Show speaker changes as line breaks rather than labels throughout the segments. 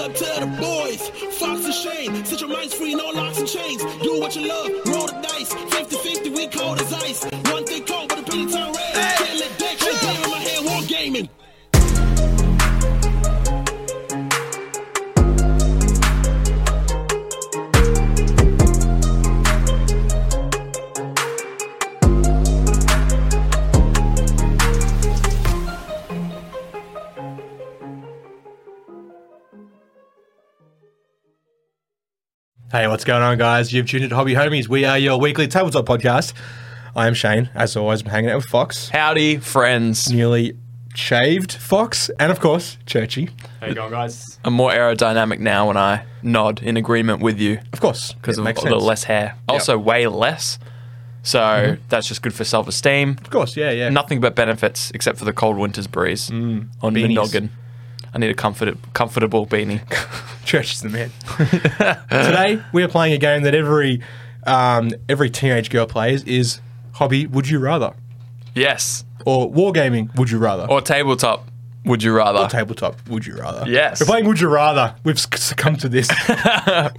up to the boys. Fox and Shane, set your minds free, no locks and chains. Do what you love, roll the dice. 50 50, we cold as ice. One thing cold, but the penny turn red. Can't let that shit down in my head, war gaming.
Hey, what's going on, guys? You've tuned into Hobby Homies. We are your weekly tabletop podcast. I am Shane, as always, I'm hanging out with Fox,
Howdy, friends.
newly shaved Fox, and of course, Churchy.
How you going, guys?
I'm more aerodynamic now when I nod in agreement with you
Of course,
because
it
of
makes
a little
sense.
less hair. Mm-hmm. Also, way less. So that's just good for self esteem.
Of course, yeah, yeah.
Nothing but benefits except for the cold winter's breeze on the
Beanies.
noggin. I need a comfort- comfortable beanie.
Church is the man. Today we are playing a game that every um, every teenage girl plays is hobby. Would you rather
yes.
or wargaming? Would you rather
Or tabletop, would you rather?
tabletop? Would you rather?
Yes.
We're playing Would you rather. We've sc- succumbed to this.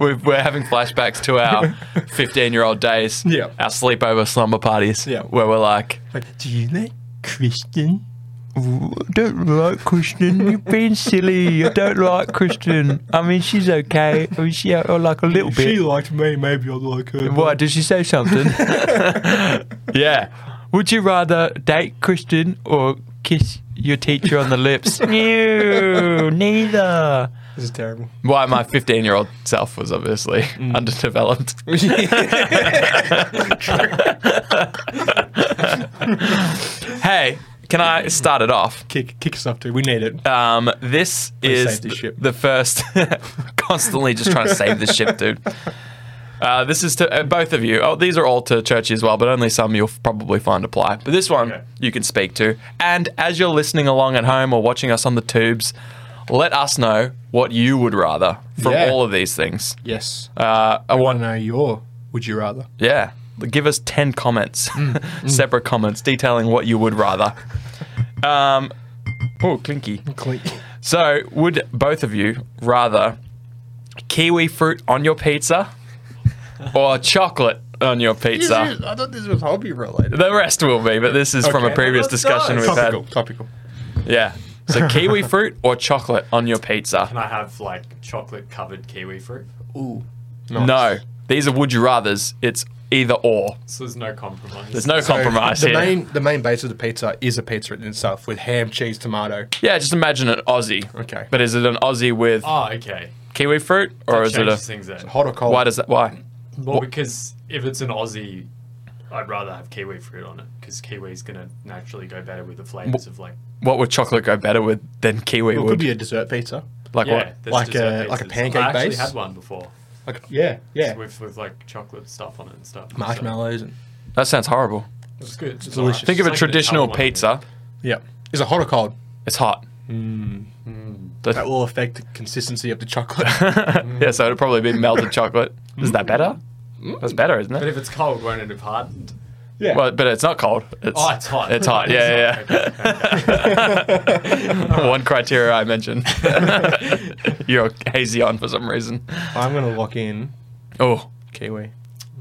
we're, we're having flashbacks to our 15 year old days,
Yeah.
our sleepover slumber parties,
Yeah.
where we're like,
Like, do you like Christian?
don't like Christian. You've been silly. I don't like Christian. I mean, she's okay. I mean, she uh, like a little
She
bit.
liked me. Maybe I'd like her.
Why did she say something?
yeah,
Would you rather date Christian or kiss your teacher on the lips? no, neither.
This is terrible.
Why my 15 year old self was obviously underdeveloped. hey, can I start it off?
Kick, kick us up too. We need it.
Um, this is
save this
th-
ship.
the first. constantly just trying to save the ship, dude. Uh, this is to uh, both of you. Oh, these are all to Churchy as well, but only some you'll f- probably find apply. But this one you can speak to. And as you're listening along at home or watching us on the tubes, let us know what you would rather from
Yeah.
all of these things.
yes.
Uh, I
I want
want,
to know your Would you rather.
yeah. Give us 10 comments,
Mm,
separate comments detailing what you would rather. Um, oh, clinky.
Click.
So, would both of you rather kiwi fruit on your pizza or chocolate on your pizza?
I thought this was hobby related.
The rest will be, but this is from a
Okay.
previous discussion we've
Topical. Topical.
had. Yeah. So, kiwi fruit or chocolate on your pizza?
Can I have like chocolate covered kiwi fruit?
No. These are would you rather's. It's either or.
So there's no compromise.
There's no
So
compromise
the
here.
Main, the main base of the pizza is a pizza in itself with ham, cheese, tomato.
yeah, just imagine an Aussie.
Okay.
But is it an Aussie with
Oh, okay.
kiwi fruit or is it
Changes
a.
things there.
Hot or cold?
Why does that. Why?
Well, because if it's an Aussie, I'd rather have kiwi fruit on it because kiwi's gonna naturally go better with the flavors of like
What would chocolate go better with than kiwi
Well, it
would?
could be a dessert pizza.
like
yeah,
what?
there's
Like a-
dessert
like a
pizzas.
pancake
I actually
base?
had one before
Like yeah, yeah.
with with like chocolate stuff on it and stuff.
Marshmallows and
That sounds horrible.
So it's good. It's
delicious.
alright.
Think
It's
of a
like an
traditional
Italian one.
pizza.
yeah. Is it hot or cold?
It's hot. The-
That will affect the consistency of the chocolate.
yeah, so it'd probably be melted chocolate. Is that better? That's better, isn't
But
it?
if it's cold, won't it have hardened?
yeah.
Well, but it's not cold. It's,
Oh, it's hot.
It's hot. Yeah, yeah.
Okay, okay, okay.
yeah. One criteria I mentioned. You're hazy on for some reason.
I'm gonna lock in
Oh,
kiwi.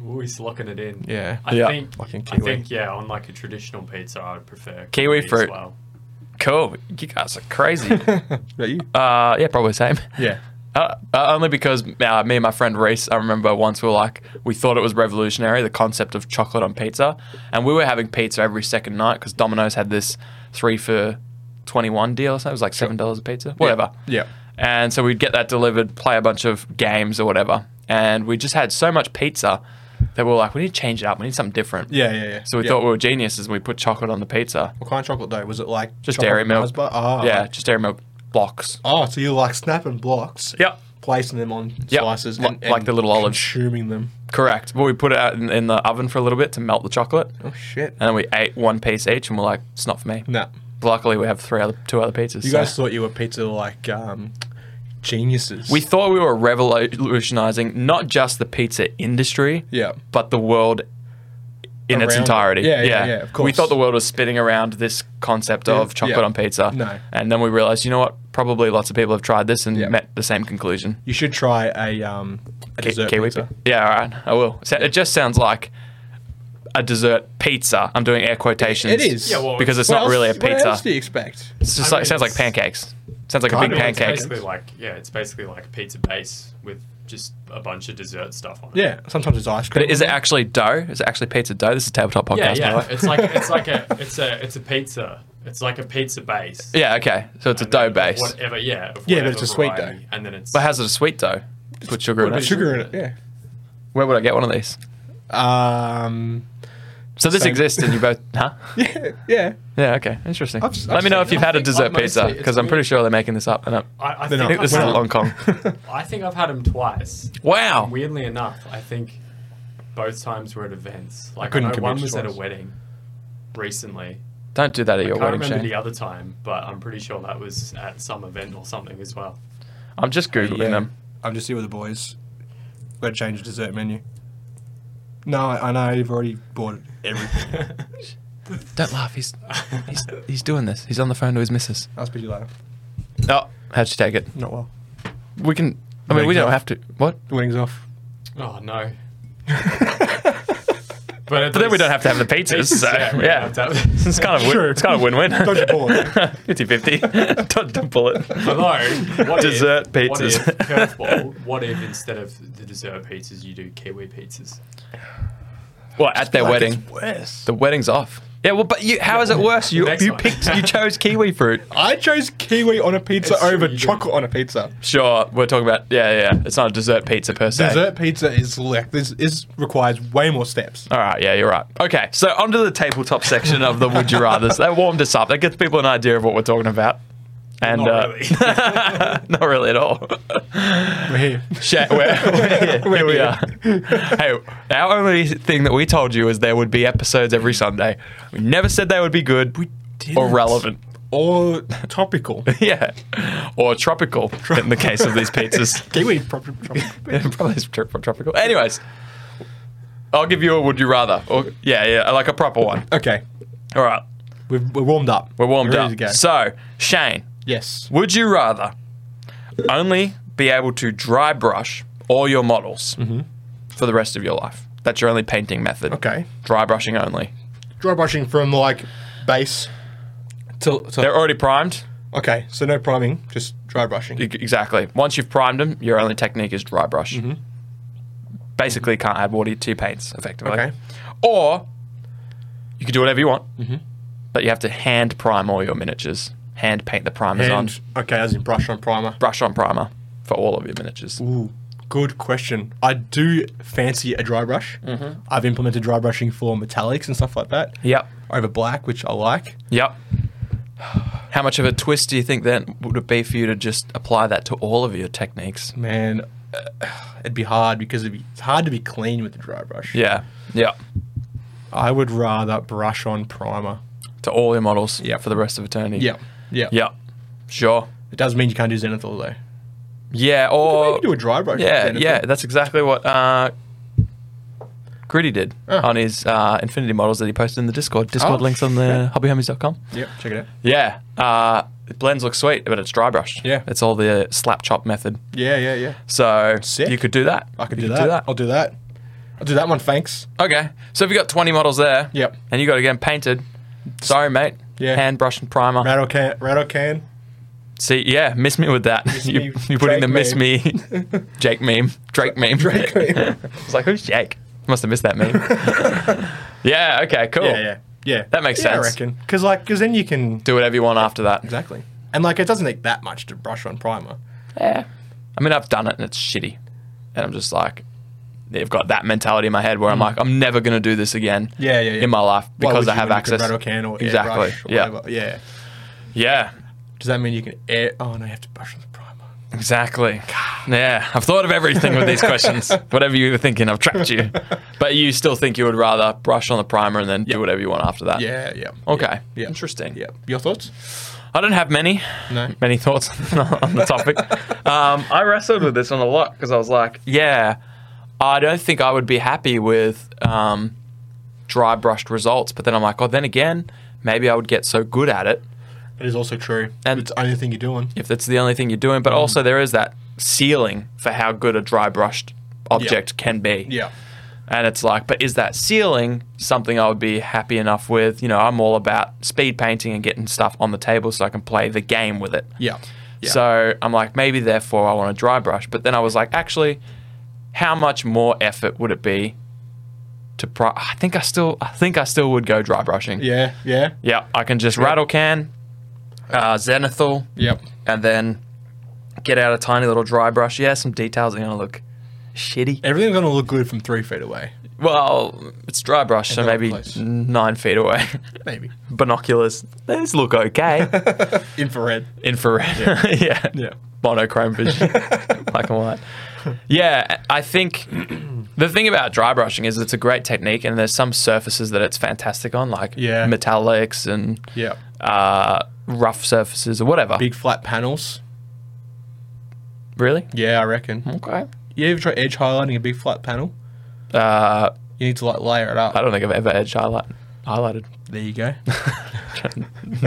Ooh, he's locking it in.
Yeah.
I
Yeah.
think
Fucking
I
kiwi.
think yeah, on like a traditional pizza, I'd prefer
Kiwi
as
fruit.
well.
cool. You guys are crazy.
About you?
Uh, yeah, probably same.
yeah.
Uh, uh, only because uh, me and my friend Reese, I remember once we were like, we thought it was revolutionary, the concept of chocolate on pizza. And we were having pizza every second night because Domino's had this three for 21 deal or something. It was like $7 a pizza, whatever.
Yeah.
And so we'd get that delivered, play a bunch of games or whatever. And we just had so much pizza that we were like, we need to change it up. We need something different.
Yeah. Yeah. Yeah.
So we
yeah.
thought we were geniuses and we put chocolate on the pizza.
What kind of chocolate though? Was it like
Just
chocolate
Dairy Milk.
Mars bar? Oh,
Yeah, just Dairy Milk blocks.
Oh, so you like snapping blocks?
Yep.
Placing them on slices,
Li-
and, and
like the little olives.
consuming them.
Correct. Well, we put it out in, in the oven for a little bit to melt the chocolate,
Oh shit.
and then we ate one piece each, and we're like, "It's not for me."
Nah.
Luckily, we have three other, two other pizzas.
You
so-
guys thought you were pizza like um, geniuses.
we thought we were revolutionizing not just the pizza industry,
yeah.
but the world in its
Around it.
entirety.
Yeah, yeah, yeah, of
We
course.
thought the world was spinning around this concept of chocolate
yeah.
on pizza.
No.
and then we realized, you know what? probably lots of people have tried this and
Yeah.
met the same conclusion.
You should try a, um, a
Ki-
dessert
kiwi
pizza.
pi- Yeah, all right. I will. So It just sounds like a dessert pizza. I'm doing air quotations.
It is.
Yeah, well,
because it's
What
not
else-
really a
What else do
pizza.
you expect?
It's just
I
like,
mean,
sounds like
it's-
pancakes. Sounds like a big
Kind of,
It's
pancake.
basically like yeah, it's basically like a pizza base with just a bunch of dessert stuff on it.
Yeah, sometimes it's ice cream.
But is it actually dough? Is it actually pizza dough? This is tabletop
Yeah,
podcast. by the
yeah.
way.
It's like it's like a it's a it's a pizza. It's like a pizza base.
Yeah, okay. So it's a
And
dough
then
base.
Whatever, yeah. of
Yeah, but it's
whatever
a sweet
variety,
dough.
And then it's
But how's it a sweet dough? Put sugar in
Put
it.
sugar in it? Yeah.
Where would I get one of these?
Um,
So this
Same.
exists and you both, huh?
yeah, yeah.
Yeah, okay. Interesting.
I've- I've
Let me know
seen
if you've
it.
had a
I think
dessert
I've
pizza
mostly- it's
because I'm pretty
weird.
sure they're making this up. And up.
I, I
They're
think,
not-
I've
This is
Well-
had-
Hong Kong.
I think I've had them twice.
Wow.
Weirdly enough, I think both times were at events. Like I,
couldn't
know
commit
one
to
was at a
twice.
wedding recently.
Don't do that at
I
your
can't
wedding,
remember
Shane.
the other time, but I'm pretty sure that was at some event or something as well.
I'm just Googling them.
I'm just here with the boys. Gotta change the dessert menu. No, I, I know you've already bought everything.
Don't laugh. He's, he's, he's doing this. He's on the phone to his missus.
I'll speak to you later.
Oh, how'd she take it?
Not well.
We can, I mean, we
Wings
don't
off.
have to. What?
The winning's off.
Oh no. But, at
But then we
least-
don't have to have the pizzas. So,
Yeah, we
yeah.
don't have to-
It's kind of win,
Sure.
it's kind of win-win.
Dodge a bullet.
50-50. Dodge a bullet.
Although, what
Dessert
if,
pizzas.
What if, curveball, what if instead of the dessert pizzas, you do kiwi pizzas?
Well, at their
Like,
wedding,
it's worse.
the wedding's off. Yeah, well, but you, how is it worse? You
Next
you
one.
picked, you chose kiwi fruit.
I chose kiwi on a pizza
It's true,
over
you did.
chocolate on a pizza.
Sure, we're talking about yeah, yeah. It's not a dessert pizza per se.
Dessert pizza is like this is requires way more steps.
All right, yeah, you're right. Okay, so onto the tabletop section of the Would You Rather's. That warmed us up. That gives people an idea of what we're talking about. And
Not
uh,
really.
not really at all.
We're here.
Sha- we're, we're here. Here we are. Hey, our only thing that we told you is there would be episodes every Sunday. We never said they would be good or
didn't.
relevant.
Or topical.
Yeah, or tropical in the case of these pizzas.
kiwi proper tropical.
Yeah, probably is trop- tropical. Anyways, I'll give you a would you rather. Or yeah, yeah, like a proper one.
Okay.
All right,
We've, we're warmed up.
we're warmed
ready
up.
To go.
So Shane,
yes.
would you rather only be able to dry brush all your models for the rest of your life? That's your only painting method.
Mm-hmm. Okay.
Dry brushing only.
Dry brushing from like base to, to
They're already primed.
Okay, so no priming, just dry brushing.
E- Exactly. Once you've primed them, your only technique is dry brush.
Mm-hmm.
Basically, can't add water to your paints effectively.
Okay.
Or you can do whatever you want,
Mm-hmm.
but you have to hand prime all your miniatures, hand paint the primers on,
And okay, as in brush on primer.
brush on primer for all of your miniatures.
Ooh, good question. I do fancy a dry brush. I've implemented dry brushing for metallics and stuff like that.
Yep.
Over black, which I like.
Yep. How much of a twist do you think then would it be for you to just apply that to all of your techniques?
Man, uh, it'd be hard because it'd be, it's hard to be clean with the dry brush.
Yeah. Yeah.
I would rather brush on primer.
To all your models
Yep.
for the rest of eternity.
Yeah, yeah.
Yep. Sure.
It does mean you can't do zenithal though.
Yeah. Or
Maybe do a dry brush.
Yeah,
with zenithal.
yeah, that's exactly what uh, Gritty did on his uh, Infinity models that he posted in the Discord. Discord
Ah. Oh,
links on the hobbyhomies.com.
Yep, check it out.
Yeah, uh, the blends look sweet, but it's dry brushed.
Yeah.
it's all the slap chop method.
Yeah, yeah, yeah.
So
Sick.
you could do that.
I could
You
do that. I'll do that. I'll do that one, thanks.
Okay, so if you got twenty models there,
Yep.
and you got to get them painted. Sorry, mate.
Yeah.
hand brush and primer.
Rattle can, rattle can.
See, yeah, miss me with that. you,
me,
you're putting the
Drake
miss me, Jake meme, Drake meme. Drake
meme.
it's like, who's Jake? Must have missed that meme. yeah, okay, cool.
Yeah, yeah, yeah.
That makes
yeah,
sense.
I reckon. Because like, because then you can
Do whatever you want after that.
exactly. And like, it doesn't take that much to brush on primer.
Yeah. I mean, I've done it and it's shitty. And I'm just like, they've got that mentality in my head where I'm like, I'm never going to do this again
Mm. Yeah, yeah, yeah.
in my life
Why
because
would
I
you
have
when you
access.
Can rattle can or
Exactly,
airbrush or
yeah.
whatever. Yeah.
Yeah,
Does that mean you can air? Oh no, you have to brush on the primer.
exactly. Yeah, I've thought of everything with these questions. Whatever you were thinking, I've trapped you. But you still think you would rather brush on the primer and then do whatever you want after that.
Yeah, yeah.
Okay.
Yeah.
Interesting.
Yeah. Your thoughts?
I don't have many,
No.
many thoughts on the topic. um, I wrestled with this one a lot because I was like, yeah, I don't think I would be happy with um, dry brushed results. But then I'm like, oh, then again, maybe I would get so good at it
It is also true.
And-
it's the only thing you're doing.
if that's the only thing you're doing. But also, there is that ceiling for how good a dry brushed object can be.
Yeah.
And it's like, but is that ceiling something I would be happy enough with? You know, I'm all about speed painting and getting stuff on the table so I can play the game with it.
Yeah. Yeah.
So I'm like, maybe therefore I want a dry brush. But then I was like, actually, how much more effort would it be to pri I think I still I think I still would go dry brushing.
Yeah. Yeah.
Yeah, I can just rattle can, uh, zenithal,
Yep.
and then get out a tiny little dry brush. Yeah, some details are gonna look shitty.
Everything's gonna look good from three feet away.
Well, it's dry brush, so
they're
maybe
close.
nine feet away.
Maybe.
Binoculars, these look okay.
Infrared.
Infrared, yeah.
Yeah.
monochrome vision, black and white. Yeah, I think the thing about dry brushing is it's a great technique, and there's some surfaces that it's fantastic on, like
Yeah.
metallics and
Yeah.
uh, rough surfaces or whatever.
Big flat panels.
Really?
Yeah, I reckon.
Okay.
You ever try edge highlighting a big flat panel?
Uh,
You need to like layer it
I
up.
don't think I've ever edge highlight, highlighted.
There you go.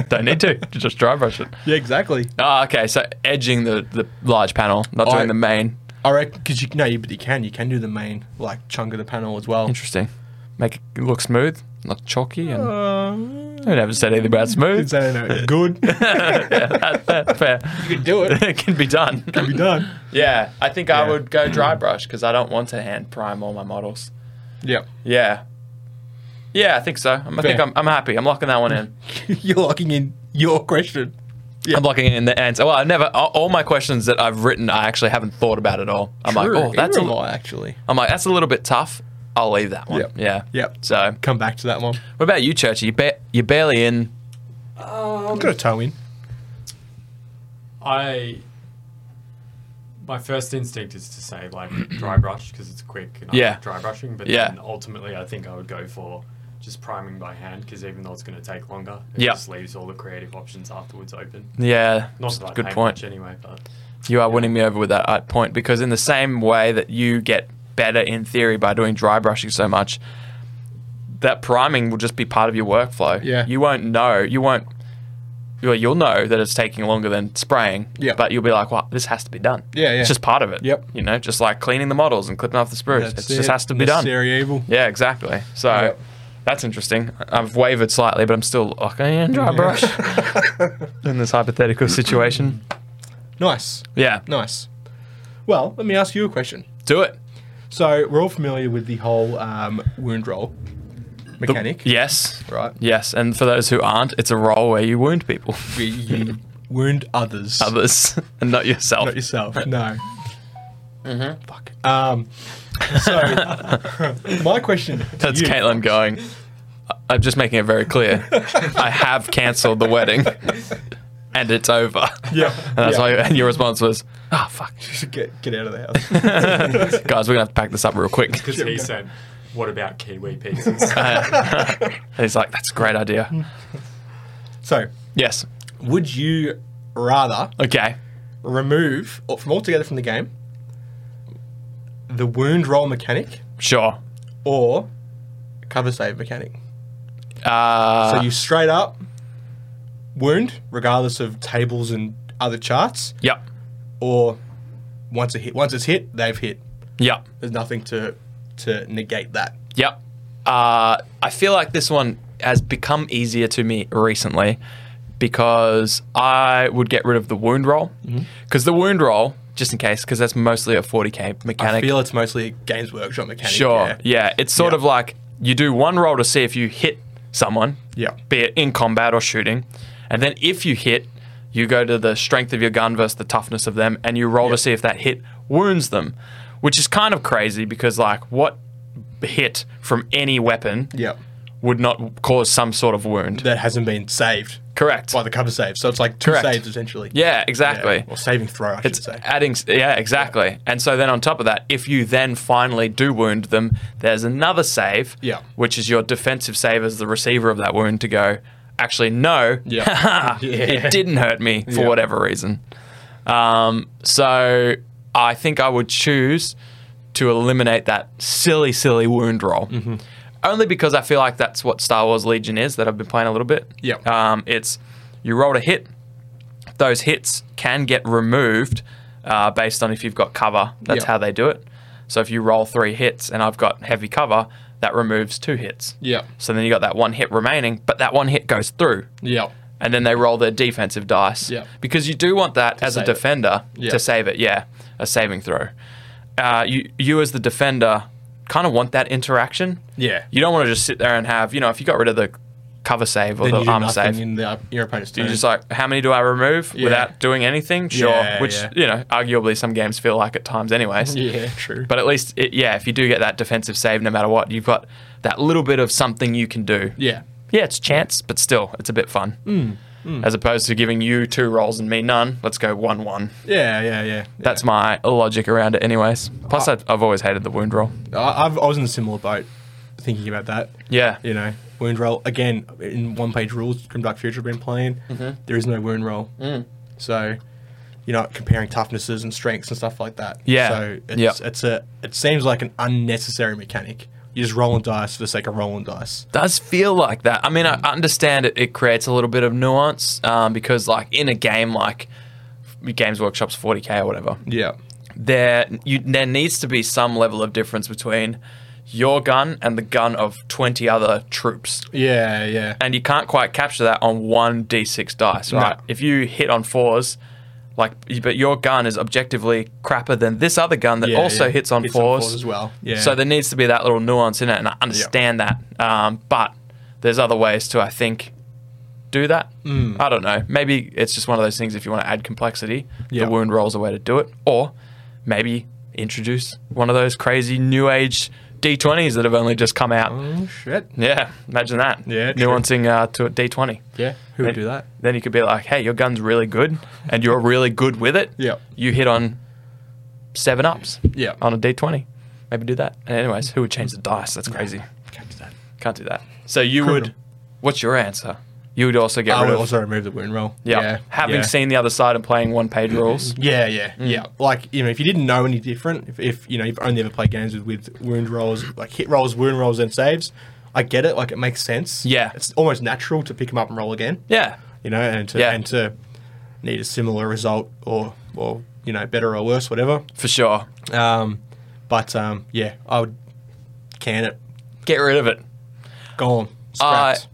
don't need to. Just dry brush it.
yeah, exactly.
Oh, okay. So edging the, the large panel, not doing
I-
the main.
I reckon because you no, you, but you can you can do the main like chunk of the panel as well.
Interesting. Make it look smooth, not chalky. And
Oh.
I never said anything about smooth.
So, no, Um, good.
Fair.
you can do it.
it can be done.
Be done.
Yeah, I think I
Yeah.
would go dry brush because I don't want to hand prime all my models.
Yep.
Yeah. Yeah, I think so. I'm- I think
Fair.
I'm, I'm happy. I'm locking that one in.
You're locking in your question.
I'm locking in the answer. Well, I've never all all my questions that I've written, I actually haven't thought about at all. I'm
True.
like, oh, that's a,
Either am I, actually.
I'm like, that's a little bit tough. I'll leave that one.
Yep.
Yeah.
Yep.
So,
Come back to that one.
what about you, Churchy? You ba- you're barely in.
I've got a toe in.
I. My first instinct is to say like dry brush because it's quick and I
Yeah.
like dry brushing, but
Yeah.
then ultimately I think I would go for just priming by hand because even though it's going to take longer, it
Yeah.
just leaves all the creative options afterwards open.
Yeah.
Not that I
good
paint
point.
much anyway, but
You are winning me over with that uh, point because in the same way that you get better in theory by doing dry brushing so much, that priming will just be part of your workflow.
Yeah.
You won't know. You won't. You'll, you'll know that it's taking longer than spraying.
Yeah.
But you'll be like, well, this has to be done.
Yeah, yeah.
It's just part of it.
Yep.
You know, just like cleaning the models and clipping off the sprues. It
That's
just
it.
has to be done.
Necessary evil.
Yeah, exactly. So
Yep.
that's interesting. I've wavered slightly, but I'm still like, eh, dry brush in this hypothetical situation.
Nice.
Yeah.
Nice. Well, let me ask you a question.
Do it.
So we're all familiar with the whole um, wound roll mechanic,
Yes.
right?
Yes, and for those who aren't, it's a role where you wound people,
You, you wound others,
others, and not yourself.
not yourself. No.
Mm-hmm.
Fuck. Um, so my question. to
That's
you-
Caitlin going. "I- I'm just making it very clear. I have cancelled the wedding, and it's over.
Yeah.
And that's
yeah.
why. And your response was, "Ah, fuck,
Get, get out of the house.
guys, we're gonna have to pack this up real quick."
because he said, "What about kiwi pieces?"
Ah, And he's like, "That's a great idea."
so,
Yes.
would you rather
Okay.
remove or from altogether from the game the wound roll mechanic
Sure.
or cover save mechanic?
Uh,
So you straight up wound, regardless of tables and other charts,
yep.
or once a hit once it's hit, they've hit.
Yep.
There's nothing to to negate that.
Yep. Uh, I feel like this one has become easier to me recently because I would get rid of the wound roll. Because the wound roll, just in case, because that's mostly a 40k
I
mechanic.
feel it's mostly a games workshop mechanic.
sure.
Yeah.
Yeah. It's sort
Yeah.
of like you do one roll to see if you hit someone,
Yeah.
be it in combat or shooting. And then if you hit, you go to the strength of your gun versus the toughness of them, and you roll
Yeah.
to see if that hit wounds them, which is kind of crazy because, like, what hit from any weapon
Yeah.
would not cause some sort of wound.
That hasn't been saved
Correct.
by the cover save. So it's like two
Correct.
saves essentially.
yeah,
Yeah,
exactly.
Or saving throw, I should
it's
say.
adding, yeah, exactly. And so then on top of that, if you then finally do wound them, there's another save,
Yeah.
which is your defensive save as the receiver of that wound to go, actually, no,
Yeah.
Ah, it didn't hurt me for
Yeah.
whatever reason. Um, so I think I would choose to eliminate that silly, silly wound roll.
Mm-hmm.
Only because I feel like that's what Star Wars Legion is that I've been playing a little bit.
Yeah.
Um, it's You rolled a hit. Those hits can get removed uh, based on if you've got cover. That's
Yeah.
how they do it. So if you roll three hits and I've got heavy cover, that removes two hits.
Yeah.
So then you got that one hit remaining, but that one hit goes through
Yeah.
and then they roll their defensive dice.
Yeah.
Because you do want that as a
save it.
defender
Yeah.
to save it. Yeah, a saving throw. Uh, you you as the defender kind of want that interaction.
Yeah.
You don't want to just sit there and have you know if you got rid of the cover save or
Then you
the
do
armor
nothing
save.
in the, uh, your opponent's turn.
you're just like, how many do I remove
Yeah.
without doing anything? Sure.
Yeah,
Which,
yeah.
you know, arguably some games feel like at times, anyways.
yeah, true.
But at least, it, yeah, if you do get that defensive save, no matter what, you've got that little bit of something you can do
yeah.
yeah, it's chance, but still, it's a bit fun. As opposed to giving you two rolls and me none. Let's go one one.
Yeah, yeah, yeah.
That's my logic around it, anyways. Plus, I've, I've always hated the wound roll.
I, I've, I was in a similar boat thinking about that.
Yeah,
You know, wound roll. Again, in one page rules, Grimdark Future have been playing,
Mm-hmm.
there is no wound roll.
Mm.
So you're not comparing toughnesses and strengths and stuff like that.
Yeah.
So it's,
Yep.
it's a, it seems like an unnecessary mechanic. You're just rolling dice for the sake of rolling dice.
does feel like that. I mean, I understand it. It creates a little bit of nuance um, because, like, in a game like Games Workshop's 40k or whatever,
Yeah.
there you, there needs to be some level of difference between your gun and the gun of 20 other troops.
Yeah, yeah.
and you can't quite capture that on one d6 dice, right?
No.
If you hit on fours, like, but your gun is objectively crapper than this other gun that
Yeah,
also
yeah.
hits on fours
as well. Yeah.
So there needs to be that little nuance in it, and I understand that. Um, but there's other ways to, I think, do that.
Mm.
I don't know. Maybe it's just one of those things. If you want to add complexity,
Yeah.
the wound roll's a way to do it, or maybe introduce one of those crazy new age d20s that have only just come out.
Oh, shit.
Yeah, imagine that.
Yeah, true.
nuancing uh, to a d20.
Yeah. Who would
Then-
do that?
Then you could be like, hey, your gun's really good and you're really good with it.
Yeah.
You hit on seven ups
Yeah.
on a D20. Maybe do that. And anyways, who would change the dice? That's crazy.
Can't do that.
Can't do that. So you would,
Criminal.
what's your answer? You would also get
I
rid
would
of.
also remove the wound roll.
yeah.
Yeah.
Having
yeah.
seen the other side and playing one page rules.
Yeah, yeah,
Mm.
yeah. Like you know, if you didn't know any different, if, if you know you've only ever played games with, with wound rolls, like hit rolls, wound rolls, and saves, I get it. Like it makes sense.
Yeah.
it's almost natural to pick them up and roll again.
Yeah.
You know, and to
Yeah.
and to need a similar result or or you know better or worse, whatever.
For sure.
Um, but um, yeah, I would can it
Get rid of it.
gone scrapped.
Uh,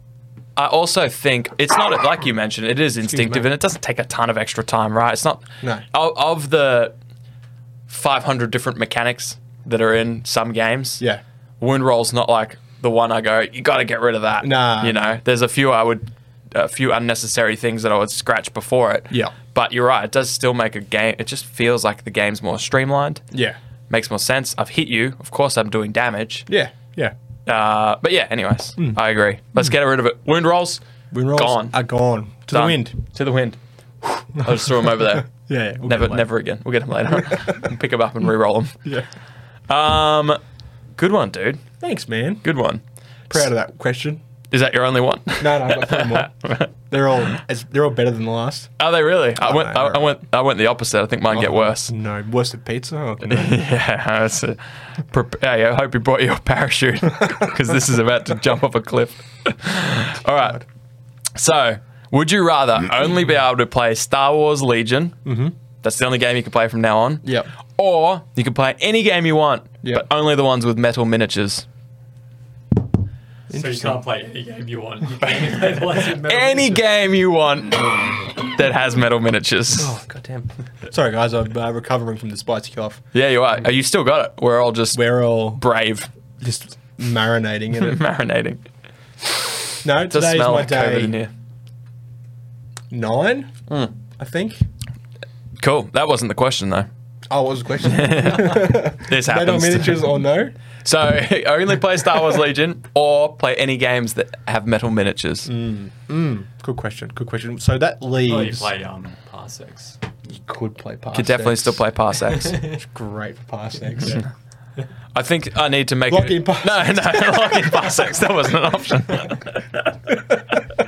I also think it's not like you mentioned. It is instinctive,
me.
and it doesn't take a ton of extra time, right? It's not
No.
of, of the 500 different mechanics that are in some games.
yeah,
wound roll's not like the one I go. You got to get rid of that.
Nah.
you know, there's a few I would, a few unnecessary things that I would scratch before it.
Yeah.
but you're right. It does still make a game. It just feels like the game's more streamlined.
yeah,
Makes more sense. I've hit you. Of course, I'm doing damage.
yeah, yeah.
Uh, but yeah, anyways, I agree. Let's get rid of it. Wound rolls.
Hmm. Wound rolls
Gone.
are gone to the
Done.
wind.
To the wind. I'll just throw him over there.
Yeah, we'll
never,
get it
never again. We'll get him later. Pick him up and re-roll him.
later. Yeah.
Um, good one, dude.
Thanks, man.
Good one.
Proud of that question.
Is that your only one?
No, no, I've got three more. They're all it's, they're all better than the last.
Are they really? I went.
no,
I, I
they're-
went. I went the opposite. I think mine get worse.
No, worse than pizza. Oh, no.
Yeah. That's a, prep- hey, I hope you brought your parachute because this is about to jump off a cliff. All right. So, would you rather only be able to play Star Wars Legion? Mm-hmm. That's the only game you can play from now on.
Yep.
Or you can play any game you want,
Yep.
but only the ones with metal miniatures.
So you can't play any game you want. You can only play the ones with metal
Any
miniatures.
game you want that has metal miniatures.
Oh. goddamn. Sorry, guys. I'm uh, recovering from the spicy cough.
Yeah, you are. You still got it. We're all just
We're all
brave,
just marinating in it.
marinating.
No,
Does
today's
smell
my
like COVID in
day
here.
nine.
Hmm.
I think.
Cool. That wasn't the question though.
Oh, what was the question?
This
Metal
happens.
miniatures or no?
so only play Star Wars Legion or play any games that have metal miniatures.
Mm, Good question. Good question. So that
Oh, you
leaves.
play um, Parsecs.
you could play parsecs.
Could definitely still play Parsecs.
It's great for parsecs.
I think I need to make
Lock
it-
in Parsecs.
No, no, lock in Parsecs. That wasn't an option.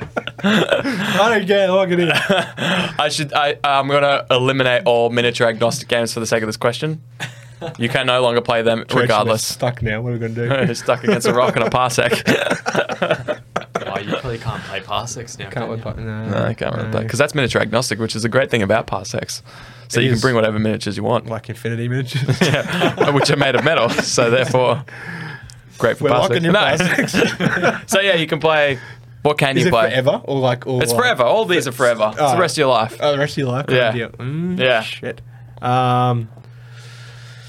I don't get. it, Look at it.
I should. I, I'm gonna eliminate all miniature agnostic games for the sake of this question. You can no longer play them
We're
regardless.
stuck now. What are we gonna do?
Stuck against a rock and a parsec.
Why you probably can't play Parsecs now.
Can't
can
work
you?
out. No,
No, I can't remember
no.
that because that's miniature agnostic, which is a great thing about Parsecs. So
It
you
is.
can bring whatever miniatures you want,
like infinity miniatures.
yeah, which are made of metal. So therefore, great for
We're
Parsecs.
locking in
No.
plastics.
so yeah, you can play. What can
Is
you
it
play?
forever or like all?
It's
like-
forever. All these are forever. It's
Oh.
the rest of your life.
Oh, the rest of your life.
Yeah.
Oh, dear. Mm,
Yeah.
Shit. Um,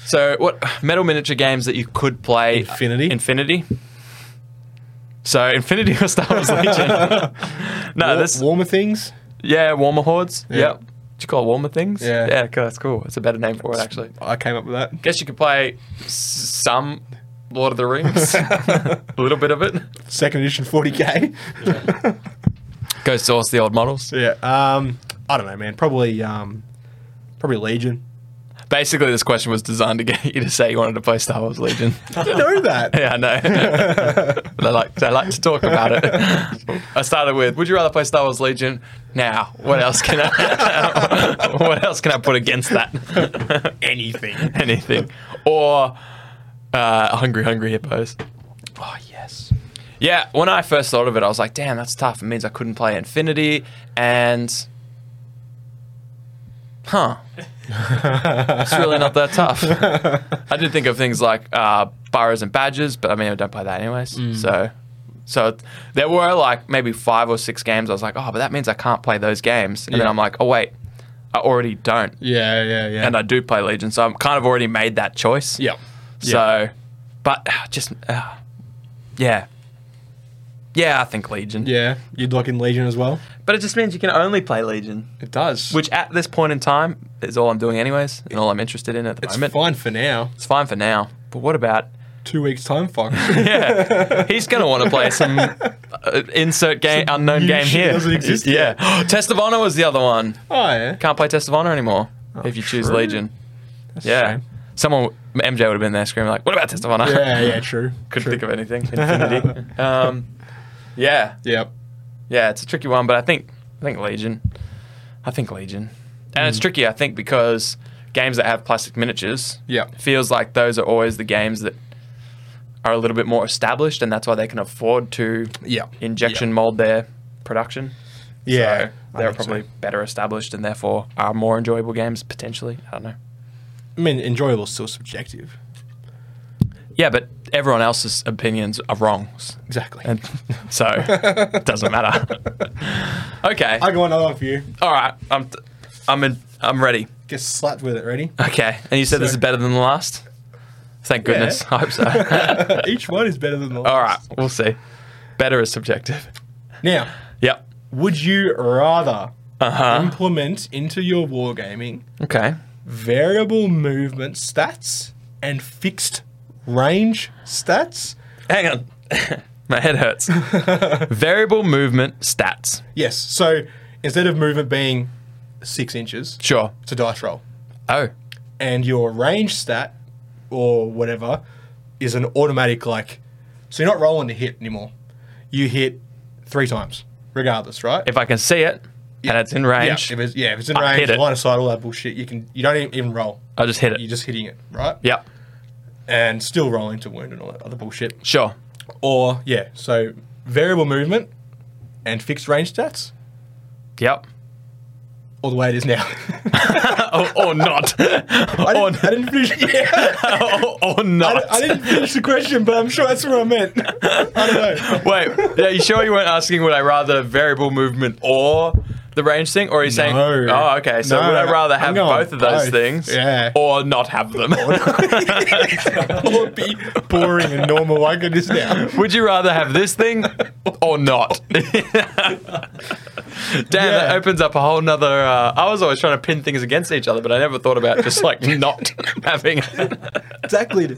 So what metal miniature games that you could play?
Infinity?
Infinity. So Infinity or Star Wars Legion? no,
war-
this
warmer things.
yeah, warmer hordes.
Yeah.
Yep. Do you call it warmer things?
Yeah.
Yeah, cool, that's cool. It's a better name for it actually.
I came up with that.
Guess you could play s- some Lord of the Rings. a little bit of it.
Second edition 40k.
Go source the old models.
yeah. Um, I don't know, man. Probably, um, probably Legion.
Basically, this question was designed to get you to say you wanted to play Star Wars Legion.
I didn't know that.
Yeah, I know. they like they like to talk about it. I started with, "Would you rather play Star Wars Legion?" Now, what else can I? what else can I put against that? Anything, anything, or uh, Hungry Hungry Hippos. Oh yes. Yeah, when I first thought of it, I was like, "Damn, that's tough." It means I couldn't play Infinity, and huh, it's really not that tough. I did think of things like uh, burrows and badges, but I mean, I don't play that anyways. So, so there were like maybe five or six games. I was like, oh, but that means I can't play those games. And then
Yeah.
I'm like, oh wait, I already don't,
Yeah, yeah, yeah.
and I do play Legion, so I'm kind of already made that choice.
Yep.
So, but ah, just ah, yeah, yeah, I think Legion.
Yeah, you'd like in Legion as well.
But it just means you can only play Legion,
It does.
which at this point in time is all I'm doing anyways, and all I'm interested in at the
it's
moment.
fine for now.
It's fine for now. But what about
Two weeks time, fuck. Oh,
Yeah, he's going to want to play some uh, insert game, unknown
new
game
shit
here.
doesn't exist
yeah, Test of Honor was the other one.
oh yeah.
Can't play Test of Honor anymore if you choose
Oh, true.
Legion. yeah,
shame.
someone MJ would have been there screaming like, "What about Test of Honor?"
Yeah, yeah, true.
Couldn't
true.
think of anything. Infinity. um, yeah,
Yep.
yeah, it's a tricky one, but I think I think Legion. I think Legion, and
Hmm.
it's tricky. I think because games that have plastic miniatures,
Yep.
feels like those are always the games that are a little bit more established, and that's why they can afford to
Yeah.
injection mold their production.
Yeah.
So
I
they're
think so.
probably better established and therefore are more enjoyable games potentially. I don't know.
I mean, enjoyable is still subjective.
Yeah, but everyone else's opinions are wrong, s-
Exactly.
and so it doesn't matter. okay,
I got another one for you.
all right. I'm, t- I'm in. I'm ready.
Get slapped with it. Ready?
Okay, and you said this
So-
is better than the last. Thank goodness. I hope so.
Each one is better than the last.
all right, we'll see. Better is subjective.
Now,
Yep.
would you rather
Uh huh.
implement into your wargaming
Okay.
variable movement stats and fixed range stats?
Hang on. My head hurts. Variable movement stats.
Yes. So instead of movement being six inches,
Sure.
it's a dice roll.
Oh.
and your range stat or whatever is an automatic like so you're not rolling to hit anymore you hit three times regardless right
If I can see it and it's in
yeah,
range,
if it's, yeah, if it's in
I
range
hit it.
line of sight all that bullshit you can you don't even, even roll
I'll just hit it.
you're just hitting it right
Yep.
and still rolling to wound and all that other bullshit
Sure.
or yeah so variable movement and fixed range stats
Yep.
all the way it is now Oh,
or, or not.
I,
or,
didn't, I didn't finish yeah.
or, or
I,
not.
di- I didn't finish the question but I'm sure that's what I meant I don't know
Wait, are you sure you weren't asking would I rather variable movement or the range thing? Or are you saying,
No.
oh, okay, so
No,
would I rather
I'm
have
going
both of those
both.
things
Yeah.
or not have them?
Or be boring and normal like it is now
would you rather have this thing or not? Damn, that
Yeah.
opens up a whole nother. Uh, I was always trying to pin things against each other, but I never thought about just like not having.
exactly.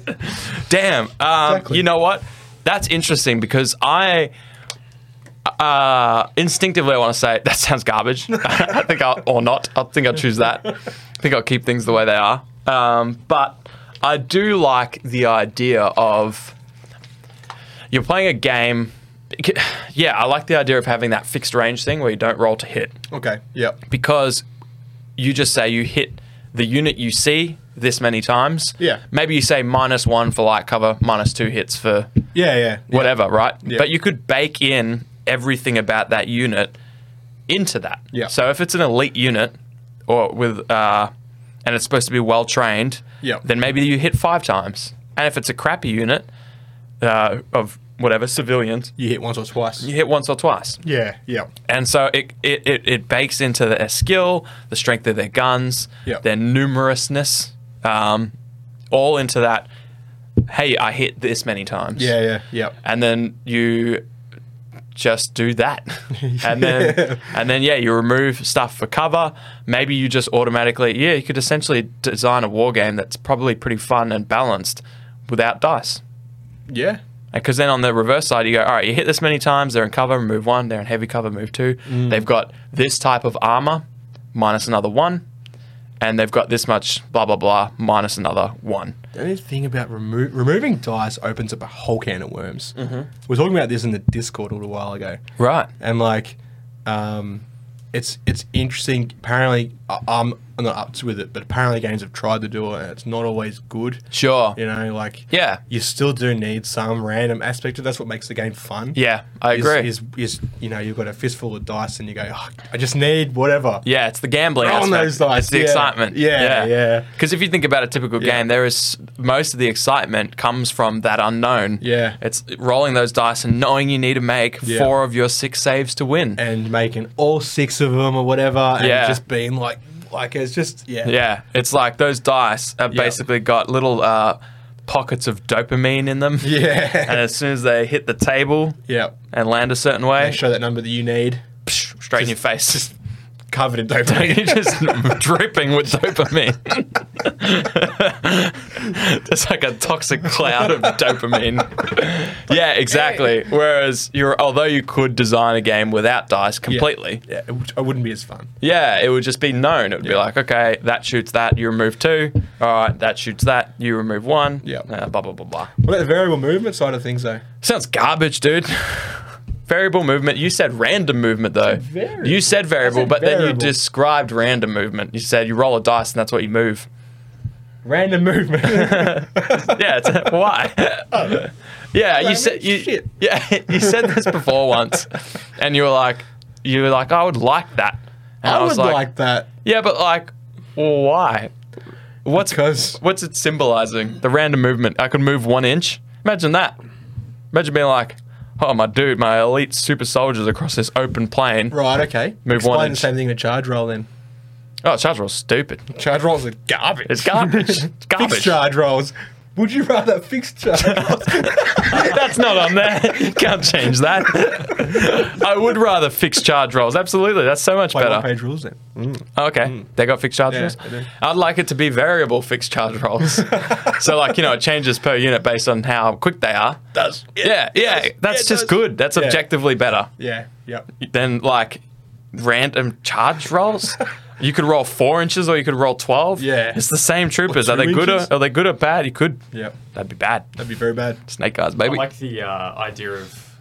Damn. Um,
Exactly.
You know what? That's interesting because I uh, instinctively I want to say that sounds garbage. I think I'll or not. I think I'll choose that. I think I'll keep things the way they are. Um, but I do like the idea of you're playing a game. Yeah, I like the idea of having that fixed range thing where you don't roll to hit
Okay. Yep.
because you just say you hit the unit you see this many times.
Yeah.
Maybe you say minus one for light cover, minus two hits for
Yeah. Yeah.
whatever, right?
Yeah.
But you could bake in everything about that unit into that.
Yeah.
So if it's an elite unit or with uh, and it's supposed to be well trained,
Yeah.
then maybe you hit five times. And if it's a crappy unit uh, of whatever civilians,
You hit once or twice.
you hit once or twice.
Yeah, yeah.
And so it, it, it, it bakes into their skill, the strength of their guns,
Yep.
their numerousness, um, all into that. Hey, I hit this many times.
Yeah, yeah, yeah.
And then you just do that. and then and then yeah, you remove stuff for cover. Maybe you just automatically yeah, you could essentially design a war game that's probably pretty fun and balanced without dice.
Yeah.
Because then on the reverse side, you go, all right, you hit this many times, they're in cover, move one, they're in heavy cover, move two.
Mm.
They've got this type of armor, minus another one. And they've got this much, blah, blah, blah, minus another one.
The only thing about remo- removing dice opens up a whole can of worms. Mm-hmm. We were talking about this in the Discord a little while ago.
Right.
and like um, it's it's interesting. Apparently, I- I'm not up to with it, but apparently games have tried to do it, and it's not always good.
Sure.
You know, like
Yeah.
you still do need some random aspect of that's what makes the game fun.
Yeah, I
Is-
agree.
Is, is, you know you've got a fistful of dice and you go, "Oh, I just need whatever.
Yeah, it's the gambling.
Roll on
aspect.
those dice,
It's the
yeah.
excitement.
Yeah, yeah.
Because if you think about a typical
Yeah.
game, there is most of the excitement comes from that unknown.
Yeah.
It's rolling those dice and knowing you need to make
Yeah.
four of your six saves to win.
And making all six of them or whatever, and
Yeah.
just being like, like it's just yeah,
yeah, it's like those dice have
Yeah.
basically got little uh, pockets of dopamine in them.
yeah,
And as soon as they hit the table
yeah.
and land a certain way,
Make sure that number that you need
psh, straight in your face. Just
covered in dopamine.
You're just dripping with dopamine. It's like a toxic cloud of dopamine. yeah, exactly. Whereas you're, although you could design a game without dice completely, yeah,
yeah, it, would- it wouldn't be as fun.
it would just be known. It would be like, okay, that shoots that, you remove two. All right, that shoots that, you remove one.
Yeah.
uh, blah blah blah blah.
What about the variable movement side of things, though?
Sounds garbage, dude. Variable movement. You said random movement though.
variable.
You said variable,
said
but then you
variable.
described random movement. You said you roll a dice and that's what you move.
Random movement.
Yeah, it's, why? yeah, you said you
Shit.
yeah you said this before once, and you were like you were like "Oh, I would like that. And
I, would like, that
yeah, but like why? What's
because
what's it symbolizing? The random movement. I could move one inch. Imagine that. Imagine being like, oh my dude, my elite super soldiers across this open plain.
right, okay.
Move
Explain
one
the
inch.
same thing with charge roll then.
Oh, charge roll's stupid.
Charge rolls are garbage.
It's garbage. It's
Fixed
garbage.
charge rolls. Would you rather fixed charge rolls?
That's not on there. Can't change that. I would rather fixed charge rolls. Absolutely. That's so much
Like one
better.
page rules then.
Okay. They got fixed charge
Yeah,
rolls.
they do.
I'd like it to be variable fixed charge rolls. so, like, you know, it changes per unit based on how quick they are.
Does.
Yeah, yeah, that's
it does.
just good. That's objectively better
Yeah, yep.
than like random charge rolls. you could roll four inches or you could roll twelve.
Yeah.
it's the same troopers.
two
Are they good? Or,
inches?
are they good or bad? You could.
Yep.
That'd be bad.
That'd be very bad.
Snake eyes, baby.
I like the uh, idea of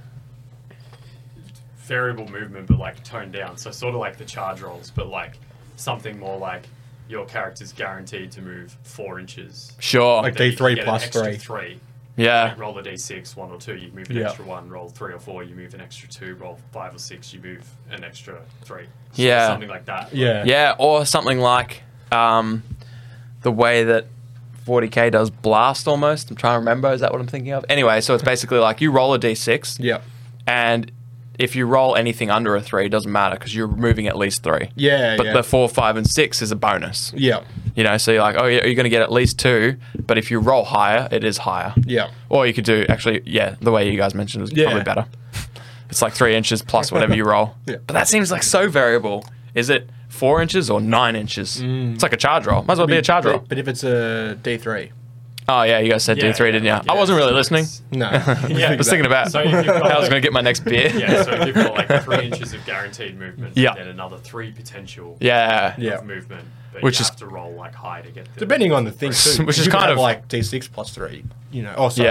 variable movement, but like toned down. So sort of like the charge rolls, but like something more like your character's guaranteed to move four inches.
sure.
Like
Then you
D3
get an
plus
extra
three.
Three.
yeah.
Roll a d6, one or two. You move an
Yeah.
extra one. Roll three or four. You move an extra two. Roll five or six. You move an extra three. So
Yeah.
Something like that.
Yeah.
Yeah, or something like um, the way that 40k does blast. Almost. I'm trying to remember. Is that what I'm thinking of? Anyway, so it's basically like you roll a d6.
Yep.
and if you roll anything under a three, it doesn't matter because you're removing at least three.
Yeah,
But
yeah.
the four, five, and six is a bonus.
Yep.
You know, so you're like, oh, yeah, you're going to get at least two. But if you roll higher, it is higher.
Yep.
Or you could do, actually, yeah, the way you guys mentioned was
Yeah.
probably better. It's like three inches plus whatever you roll.
Yeah.
But that seems like so variable. Is it four inches or nine inches?
Mm.
It's like a charge roll. Might as well be a charge roll.
But if it's a D3.
Oh, yeah, you guys said
Yeah,
D3, didn't you?
yeah,
I wasn't really listening.
No.
I was thinking about
So if
how
you've got
I was going to get my next beer.
Yeah, so if you've got like three inches of guaranteed movement,
Yeah.
and then another three potential
yeah.
Yeah.
of movement, but
Which
you
is-
have to roll like high to get the
Depending on the thing, too.
Which is
You could
kind
have,
of-
like D6 plus three, you know. Oh, sorry.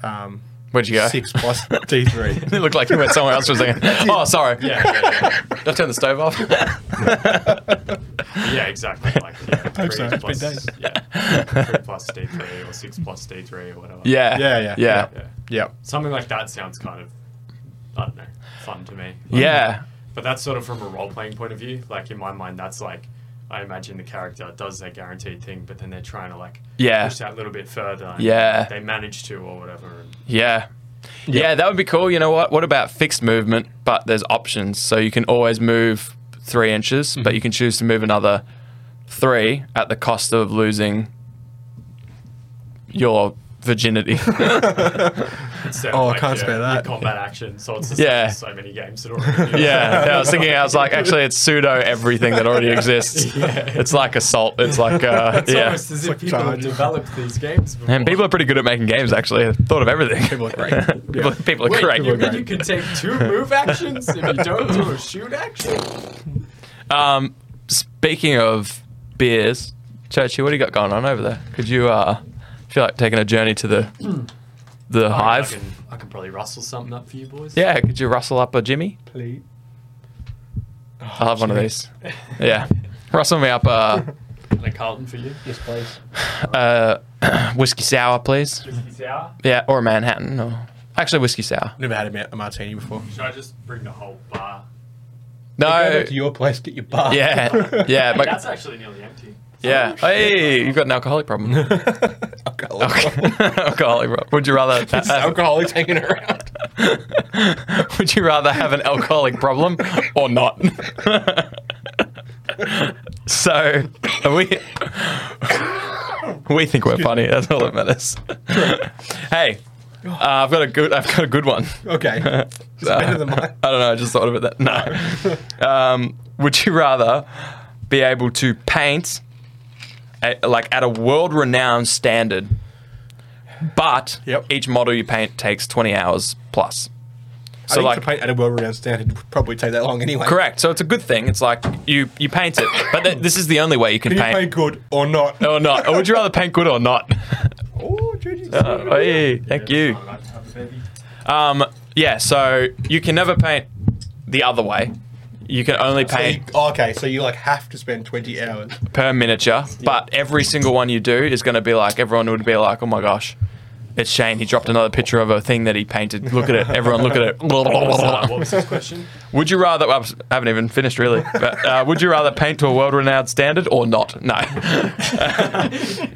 Yeah.
Um,
Where'd you go?
Six plus D3.
it looked like you went somewhere else for a second. Oh, sorry.
Yeah, yeah,
Did I turn the stove off?
yeah, yeah, exactly. Like yeah, three
so.
plus,
It's
yeah, three plus D three or six plus D three or whatever.
Yeah.
Yeah, yeah,
Yeah.
yeah,
yep.
something like that sounds kind of I don't know, fun to me.
Yeah.
But that's sort of from a role playing point of view. Like in my mind, that's like I imagine the character does their guaranteed thing, but then they're trying to like
Yeah.
push that little bit further. and
Yeah.
they manage to or whatever. And
Yeah. Yeah, that would be cool. You know what? What about fixed movement, but there's options? So you can always move three inches, but you can choose to move another three at the cost of losing your virginity.
instead
Oh, I
of like,
can't
your-
spare
your
that.
combat action. So it's just
Yeah.
yeah. so many games that already.
yeah. I was thinking, I was like, actually, it's pseudo everything that already exists. It's like assault. It's like, uh,
It's
yeah.
almost as if people
charge.
have developed these games. Before.
And people are pretty good at making games, actually. I thought of everything.
People are great.
people, people are
Wait,
great.
you mean you can take two move actions if you don't do a shoot action?
Um, speaking of beers, Churchy, what do you got going on over there? Could you uh, feel like taking a journey to the the
I
hive?
can, I can probably rustle something up for you boys.
Yeah, could you rustle up a Jimmy?
Please.
I'll have one of these. Yeah, rustle me up a,
And a Carlton for you.
Yes, please.
a whiskey sour, please.
Whiskey sour.
Yeah, or a Manhattan. Or actually, whiskey sour.
Never had a, ma- a martini before.
Should I just bring the whole bar?
Go
No.
back to your place, get your bar.
Yeah, yeah,
Hey,
but-
that's actually nearly empty.
Yeah.
Oh,
Hey, you've got an alcoholic problem.
Alcoholic.
alcoholic problem. Would you rather?
Alcoholics hanging around.
Would you rather have an alcoholic problem or not? so we we think we're funny. That's all that matters. hey, uh, I've got a good I've got a good one.
Okay. Oh, It's better than mine.
I don't know. I just thought of it. That no. Um, would you rather be able to paint a, like at a world-renowned standard, but
Yep.
each model you paint takes twenty hours plus?
I
So
think
like
to paint at a world-renowned standard would probably take that long anyway.
Correct. So it's a good thing. It's like you you paint it, but th- this is the only way you can
Can you paint,
paint.
good or not?
Or not? Or would you rather paint good or not?
Oh, Judy's
Oh, hey, thank you. Um, yeah. So you can never paint the other way. You can only paint
okay, so you like have to spend 20 hours.
per miniature, but every single one you do is going to be like everyone would be like, oh my gosh. It's Shane. He dropped another picture of a thing that he painted. Look at it. Everyone, look at
Uh, what
it.
was his question?
would you rather? well, I haven't even finished really. But uh, would you rather paint to a world-renowned standard or not? No.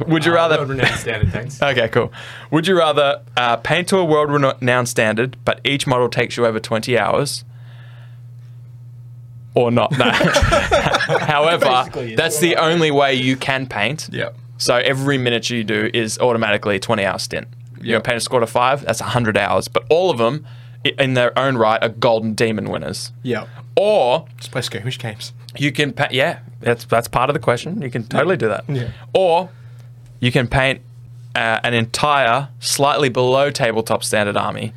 would
Uh,
you rather?
World-renowned standard, thanks.
Okay, cool. Would you rather uh, paint to a world renowned standard, but each model takes you over 20 hours? Or not? No. However,
Basically, it's
that's the only way you can paint.
Yep.
So every miniature you do is automatically a 20 hour stint. You're going to paint a score to five, that's 100 hours. But all of them, i- in their own right, are Golden Demon winners.
Yep.
Or
Just play skirmish games.
you can pa- yeah that's that's part of the question you can totally do that
Yeah.
or you can paint uh, an entire slightly below tabletop standard army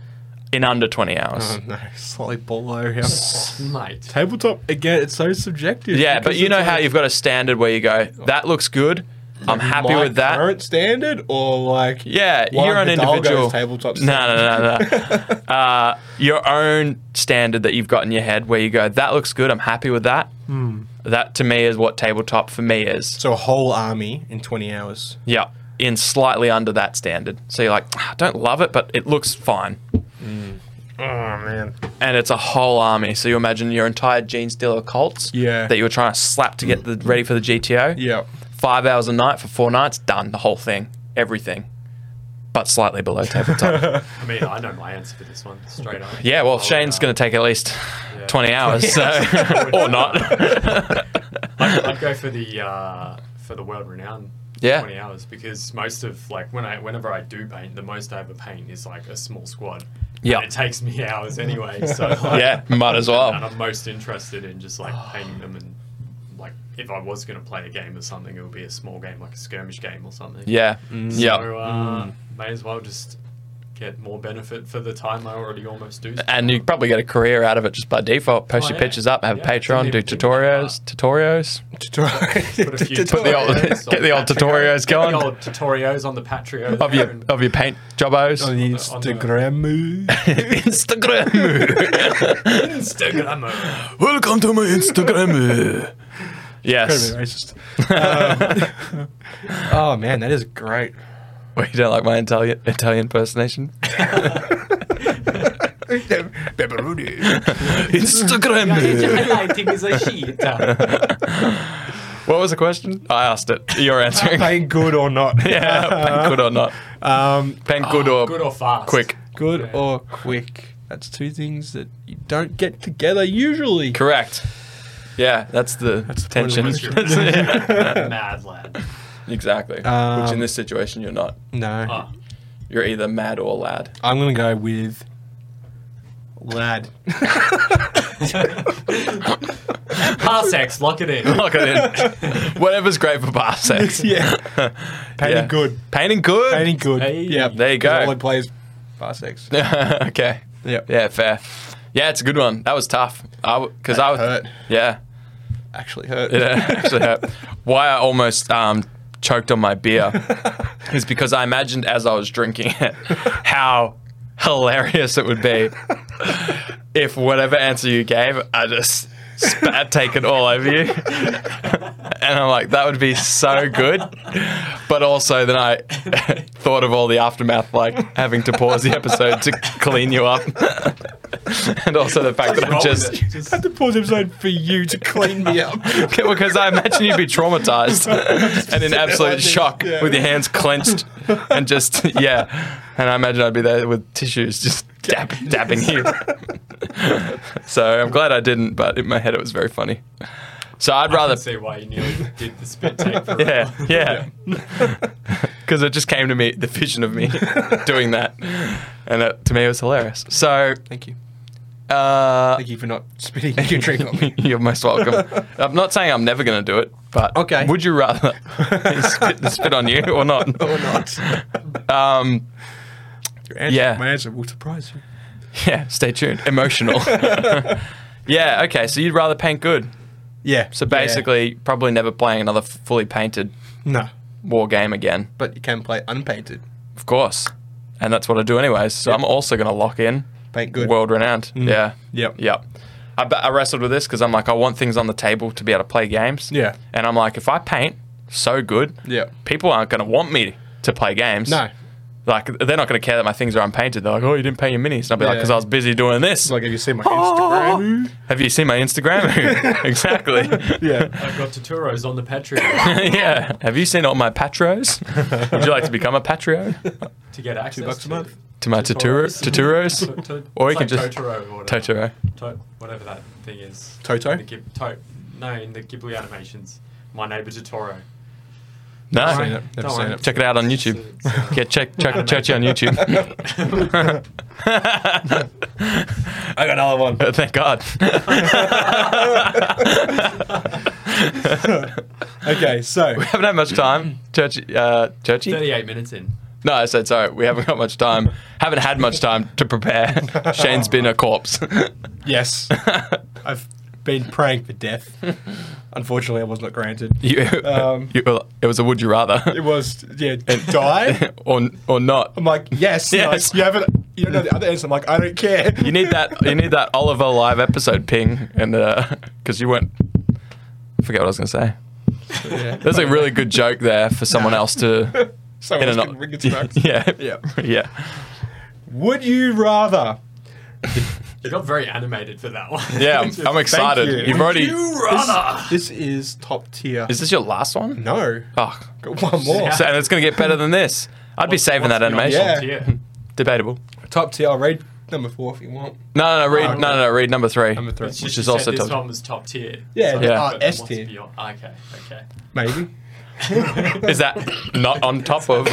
in under 20 hours
Oh, no, slightly below him.
Mate.
Tabletop, again, it's so subjective.
yeah but
because
you
it's
know how
like,
you've got a standard where you go that looks good i'm happy
my
with that
current standard or like.
yeah
Juan
you're an
Hidalgo's
individual
Tabletop
no no no no uh, your own standard that you've got in your head where you go that looks good i'm happy with that
Hmm.
that to me is what tabletop for me is
So a whole army in 20 hours.
Yeah, in slightly under that standard. So you're like, "Ah, I don't love it, but it looks fine.
Oh, man.
And it's a whole army. So you imagine your entire gene stealer cults
Yeah.
that you were trying to slap to get the, ready for the GTO.
Yep.
Five hours a night for four nights, done the whole thing, everything, but slightly below tabletop.
I mean, I know my answer for this one straight up.
yeah, well, Shane's going to take at least
Yeah.
20 hours, so, or not.
I'd, I'd go for the uh, for the world renowned.
Yeah.
Twenty hours because most of like when I whenever I do paint, the most I ever paint is like a small squad.
Yeah.
And it takes me hours anyway. So like,
yeah, might as well.
and I'm most interested in just like painting them and like if I was gonna play a game or something, it would be a small game like a skirmish game or something.
Yeah, yeah. Mm.
So uh, may as well just get more benefit for the time I already almost do. spend.
And you probably get a career out of it just by default. Post
Oh,
your
yeah.
pictures up, have
Yeah,
a Patreon,
didn't
do
even think about
tutorials, tutorials.
Put
a few-
Put the old,
Tutorials.
get the old tutorials
Oh, Get
going
the old tutorials on the Patreon
of your of your paint
on
jobbos.
the
on the-
Instagram.
Instagram.
Instagram.
Welcome to my Instagram. Yes.
racist. Um, oh man, that is great.
Well, you don't like my Italian Italian impersonation? Instagram. what was the question? I asked it. You're answering.
Paying good or not?
yeah, paying good or not?
Um,
Paying good or
Oh, Good or fast?
quick?
good
Yeah.
or quick. That's two things that you don't get together usually.
Correct. Yeah, that's the
point of
tension.
the
Yeah,
Mad lad.
exactly. Which in
Um,
this situation you're not.
No,
Oh,
You're either mad or lad.
I'm gonna go with lad.
parsecs, lock it in.
Lock it in. Whatever's great for bar sex.
yeah, paying
Yeah.
good,
Painting good.
paying good.
Hey.
Yeah,
There you go.
All it plays, bar sex.
okay.
Yep.
Yeah, fair. Yeah, it's a good one. That was tough. I because I was
hurt.
yeah.
Actually hurt.
It actually hurt. Why I almost um, choked on my beer is because I imagined as I was drinking it how hilarious it would be if whatever answer you gave, I just spat take it all over you. And I'm like, that would be so good. But also, then I thought of all the aftermath, like having to pause the episode to clean you up. and also the fact that
Roll
I'm
with
just.
it. Just-
The pause episode for you to clean me up.
Okay, because I imagine you'd be traumatized and in absolute shock
Yeah.
with your hands clenched and just, yeah. And I imagine I'd be there with tissues just dab, dabbing you. so I'm glad I didn't, but in my head it was very funny. So I'd
I
rather.
can see why you nearly did the spit take for
Yeah,
real.
yeah. Because it just came to me, the vision of me doing that. And it, to me, it was hilarious. So,
Thank you.
uh,
Thank you for not spitting your drink on me.
You're most welcome. I'm not saying I'm never going to do it, but
Okay.
would you rather spit, spit on you or not?
or not.
Um,
Your answer,
Yeah.
My answer will surprise you.
yeah, stay tuned. Emotional. yeah, okay, so you'd rather paint good.
Yeah.
So basically, probably never playing another f- fully painted
no.
war game again,
But you can play unpainted.
of course. And that's what I do anyways. So I'm also going to lock in
Paint good. Mm.
world renowned. Yeah.
Yep.
Yep. I, ba- I wrestled with this because I'm like, I want things on the table to be able to play games.
Yeah.
And I'm like, if I paint so good,
Yeah.
people aren't going to want me to play games.
No.
Like, they're not going to care that my things are unpainted. They're like, oh, you didn't paint your minis. And I'll be like,
Yeah.
because I was busy doing this.
It's like, have you seen my Instagram?
Have you seen my Instagram? exactly.
yeah.
I've got Totoro's on the Patreon
yeah. Have you seen all my patros? Would you like to become a patrio
to get access. Two
bucks a month.
to my Totoro- Totoros? Uh, Or you can just-
Totoro or whatever.
Totoro.
To- whatever that thing is.
Toto?
The Ghib- to- no, in the Ghibli animations. My neighbor Totoro.
No.
Seen it. Never
Don't
seen
worry.
it.
Check it out on YouTube.
It's, uh,
Yeah, check check check you on YouTube.
I got another one.
Thank God.
Okay, so
we haven't had much time. Church, uh, churchy?
38 minutes in.
No, I said sorry. We haven't got much time. Haven't had much time to prepare. Shane's been a corpse.
yes, I've been praying for death. Unfortunately, I was not granted.
you,
Um,
you, it was a would you rather,
It was yeah, die.
or or not.
I'm like yes,
Yes.
Like, you haven't. You don't know the other answer. I'm like I don't care.
You need that. You need that Oliver live episode ping, and because you went. I forget what I was going to say.
Yeah.
There's a really good joke there for someone else to.
Someone else
an-
can ring its back.
yeah.
Yeah.
Yeah.
Would you rather?
You got very animated for that one.
Yeah, I'm, I'm excited.
you.
You. have already.
you rather.
This is top tier.
Is this your last one?
no,
Oh,
got one more.
Yeah.
so, and it's going to get better than this. I'd be saving that animation.
Yeah.
Debatable.
Top tier. I'll read number four if you want.
No, no, no. Read,
Oh, okay.
no, no, no. Read number three.
Number three,
It's
is
just Which is
also
also this
top-
one was top tier.
Yeah,
yeah.
but
Ah, S
what's
tier.
beyond- Okay, okay.
maybe.
Is that not on top of?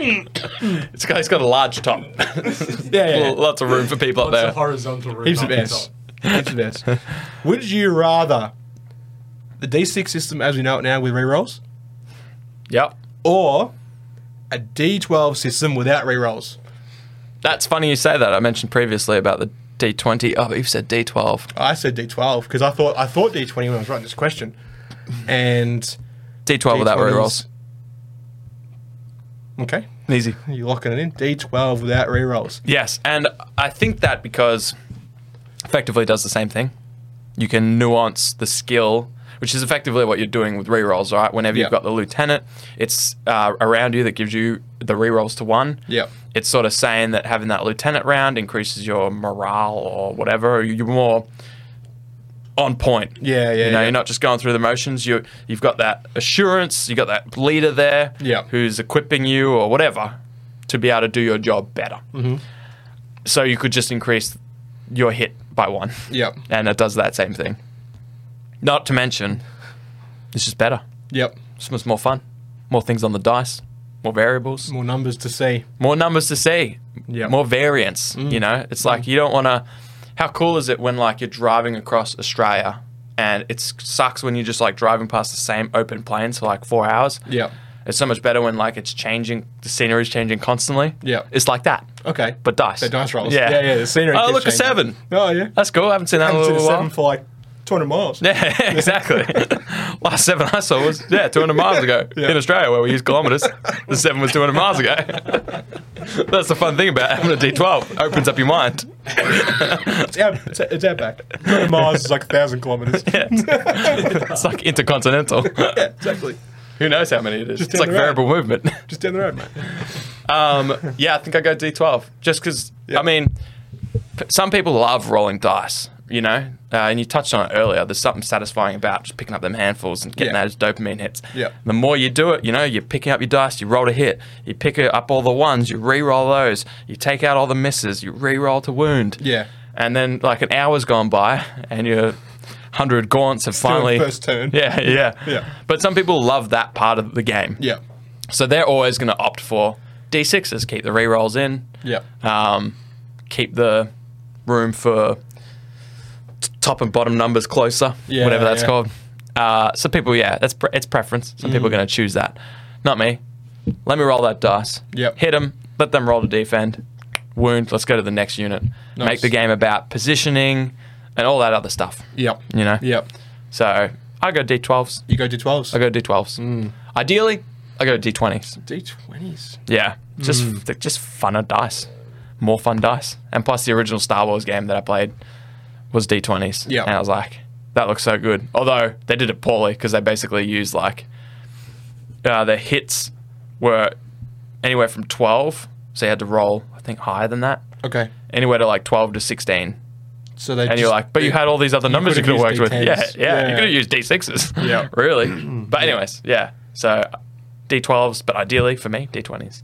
it's got, it's got a large top.
Yeah, yeah.
Lots of room for people up
What's a
there.
horizontal room?
Heaps
up
of
the
S.
top?
Heaps of S. Would you rather the D6 system as we know it now with rerolls,
Yep.
or a D12 system without rerolls?
That's funny you say that. I mentioned previously about the D20. Oh, but you've said D12.
I said D12 because I thought I thought D20 when I was writing this question, and
D12 without
D20s
rerolls.
Okay,
Easy.
you're locking it in. D12 without rerolls.
Yes, and I think that because effectively does the same thing. You can nuance the skill which is effectively what you're doing with rerolls, right? Whenever
Yeah.
you've got the lieutenant, it's uh, around you that gives you the rerolls to one.
Yeah.
It's sort of saying that having that lieutenant round increases your morale or whatever. You're more on point.
Yeah, yeah,
You know,
yeah.
you're not just going through the motions. You you've got that assurance. You got that leader there.
Yeah.
Who's equipping you or whatever to be able to do your job better.
Mm-hmm.
So you could just increase your hit by one.
Yep.
And it does that same thing. Not to mention, it's just better.
Yep.
It's much more fun. More things on the dice. More variables
More numbers to see.
more numbers to see,
Yeah. Mm.
more variance. You know, it's like you don't want to. How cool is it when like you're driving across Australia and it sucks when you're just like driving past the same open plains for like four hours?
Yep.
It's so much better when like it's changing, the scenery's changing constantly.
Yeah.
It's like that.
Okay.
But dice.
They're dice rolls.
Yeah.
Yeah, yeah. The scenery.
Oh,
keeps
look, a
changing.
seven.
Oh, yeah.
That's cool. I haven't seen that in a
haven't seen
little
a
while.
seven for like 200 miles.
Yeah, exactly. Last seven I saw was yeah, 200 miles ago
Yeah.
in Australia, where we use kilometres. The seven was 200 miles ago. That's the fun thing about having a D12. Opens up your mind.
It's out, it's, it's out back. 200 miles is like 1,000 kilometers.
Yeah, it's, it's like intercontinental.
Exactly.
Who knows how many it is? It's
down
like
the road.
variable movement.
Just down the road, mate.
Um, yeah, I think I go D12 just because.
Yeah.
I mean, p- some people love rolling dice, you know, uh, and you touched on it earlier. There's something satisfying about just picking up them handfuls and getting
Yeah.
those dopamine hits.
Yeah.
The more you do it, you know, you're picking up your dice, you roll a hit, you pick up all the ones, you re-roll those, you take out all the misses, you re-roll to wound.
Yeah.
And then like an hour's gone by, and your hundred gaunts have finally
first turn.
Yeah, yeah,
Yeah.
But some people love that part of the game.
Yeah.
So they're always going to opt for D6s, keep the rerolls in,
Yeah.
um, keep the room for t- top and bottom numbers closer,
Yeah,
whatever that's
yeah. Mm.
called. Uh, so people, yeah, that's pre- it's preference. Some people are going to choose that. Not me. Let me roll that dice.
Yep.
Hit them. Let them roll to defend. Wound. Let's go to the next unit. Make
Nice.
the game about positioning and all that other stuff.
Yep.
You know.
Yep.
So I go D12s.
You go to 12s.
I go D12s.
Mm.
Ideally, I go D20s.
D20s.
Yeah, just they're just funner dice, more fun dice, and plus the original Star Wars game that I played was D twenties.
Yeah.
and I was like, that looks so good. Although they did it poorly because they basically used like uh, the hits were anywhere from twelve, so you had to roll I think higher than that,
Okay.
anywhere to like twelve to sixteen.
So they
And you're like, but you had all these other numbers you could
could've
have worked with.
used
Yeah,
D10s.
yeah, You
Yeah.
could have used D6s.
Yeah.
really. But, anyways, yeah. So, D12s, but ideally for me, D20s.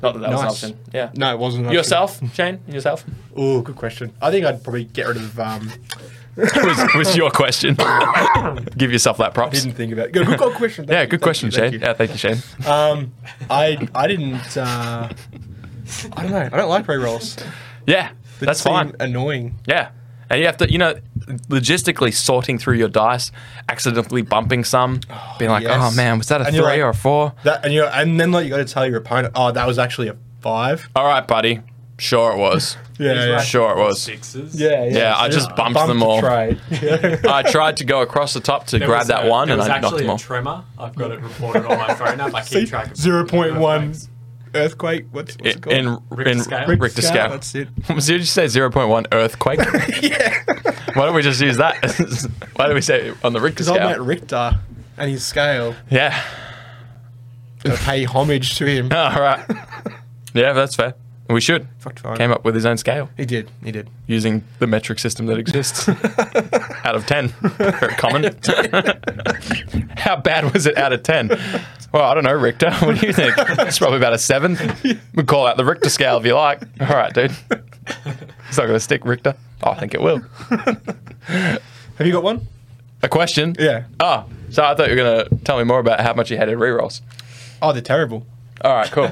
Not that that
Nice.
was an option. Yeah.
No, it wasn't. an option.
Yourself, Shane? Yourself?
Oh, good question. I think I'd probably get rid of. Um,
was, was your question. Give yourself that props.
didn't think about it. Good, good, good question. Thank
Yeah,
you,
good
thank
question,
you, thank
Shane.
you.
Yeah, thank you, Shane.
Um, I I didn't. Uh, I don't know. I don't like pre rolls.
Yeah, that's fine.
Annoying.
Yeah. And you have to, you know, logistically sorting through your dice, accidentally bumping some, being like,
yes.
oh man, was that a
And
three
you're like-
or a four?
That and you and then like you got to tell your opponent, oh, that was actually a five.
All right, buddy. Sure it was.
Yeah, yeah,
Sure it was.
Sixes.
Yeah, I just bumped them
the
all.
trade.
I tried to go across the top to
There
grab
was
that
a-
one
there
and
was
I knocked
actually
them
a
off.
tremor. I've got it reported on my phone app. I
See,
keep track of
0.1
earthquakes.
Earthquake. What's, what's it
In,
called?
in,
Richter
in
scale?
Richter,
Richter
scale.
scale, that's it.
Did you say 0.1 earthquake?
yeah,
Why don't we just use that? Why don't we say on the Richter
because I'm at
scale?
Richter and his scale.
Yeah.
Gotta pay homage to him.
All right. Yeah, that's fair. We should.
Fucked fine.
Came up with his own scale
He did. He did.
using the metric system that exists. out of 10. Very common. How bad was it out of 10? Well, I don't know, Richter. What do you think? It's probably about a 7. We call out the Richter scale if you like. All right, dude. It's not going to stick, Richter. Oh, I think it will.
Have you got one?
A question?
Yeah.
Oh, so I thought you were going to tell me more about how much you hated rerolls.
Oh, they're terrible.
All right, cool.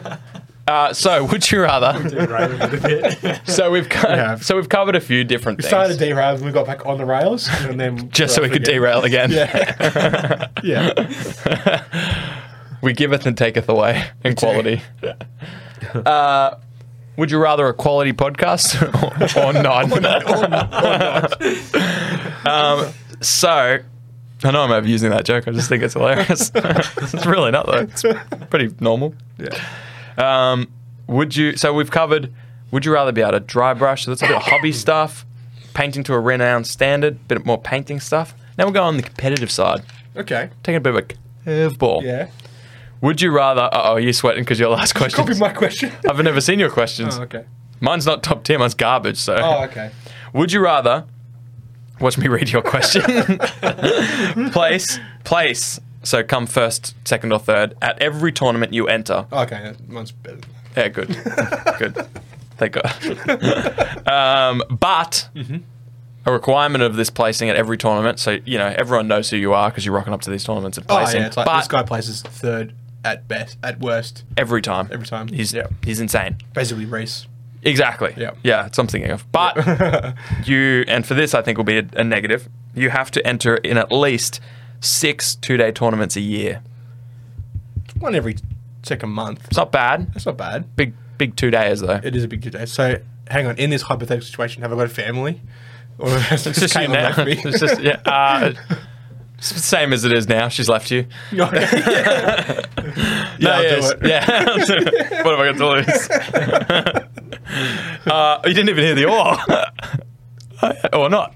Uh, so, would you rather?
Did right a little bit.
So we've co-
have.
so we've covered a few different
We
things.
started derailing, we got back on the rails, and then
just so we could
again.
derail again.
Yeah. yeah.
we giveth and taketh away in quality. uh, would you rather a quality podcast or, or not?
Oh,
um, so, I know I'm overusing that joke. I just think it's hilarious. it's really not though. It's pretty normal. Yeah. Um, would you? So we've covered. Would you rather be able to dry brush? So that's a bit of hobby stuff, painting to a renowned standard, bit more painting stuff. Now we're going on the competitive side.
Okay.
Taking a bit of a curveball.
Yeah.
Would you rather? Uh oh, you're sweating because your last question.
Copy my question.
I've never seen your questions.
oh, okay.
Mine's not top 10, mine's garbage. So,
Oh, okay.
would you rather watch me read your question? place, place. So, come first, second, or third at every tournament you enter.
Okay, that- mine's better. than
Yeah, good. good. Thank God. um, but a requirement of this placing at every tournament, so you know everyone knows who you are because you're rocking up to these tournaments and
Oh,
placing.
yeah, it's like
but
this guy places third at best, at worst,
every time,
every time.
he's
Yeah.
he's insane.
basically Reese.
Exactly.
Yeah.
Yeah, it's something of. But you, and for this, I think will be a, a negative. You have to enter in at least six two-day tournaments a year.
One every second month.
It's not bad.
That's not bad.
Big, big two days though.
It is a big today. So, hang on. In this hypothetical situation, have I got a family? Or has
It's just you
Caitlin
now.
left me?
it's just yeah. Uh, it's the same as it is now. She's left you.
Okay. yeah, I'll do
yes.
it.
Yeah. what am I going to lose? uh, you didn't even hear the or. Oh, or not.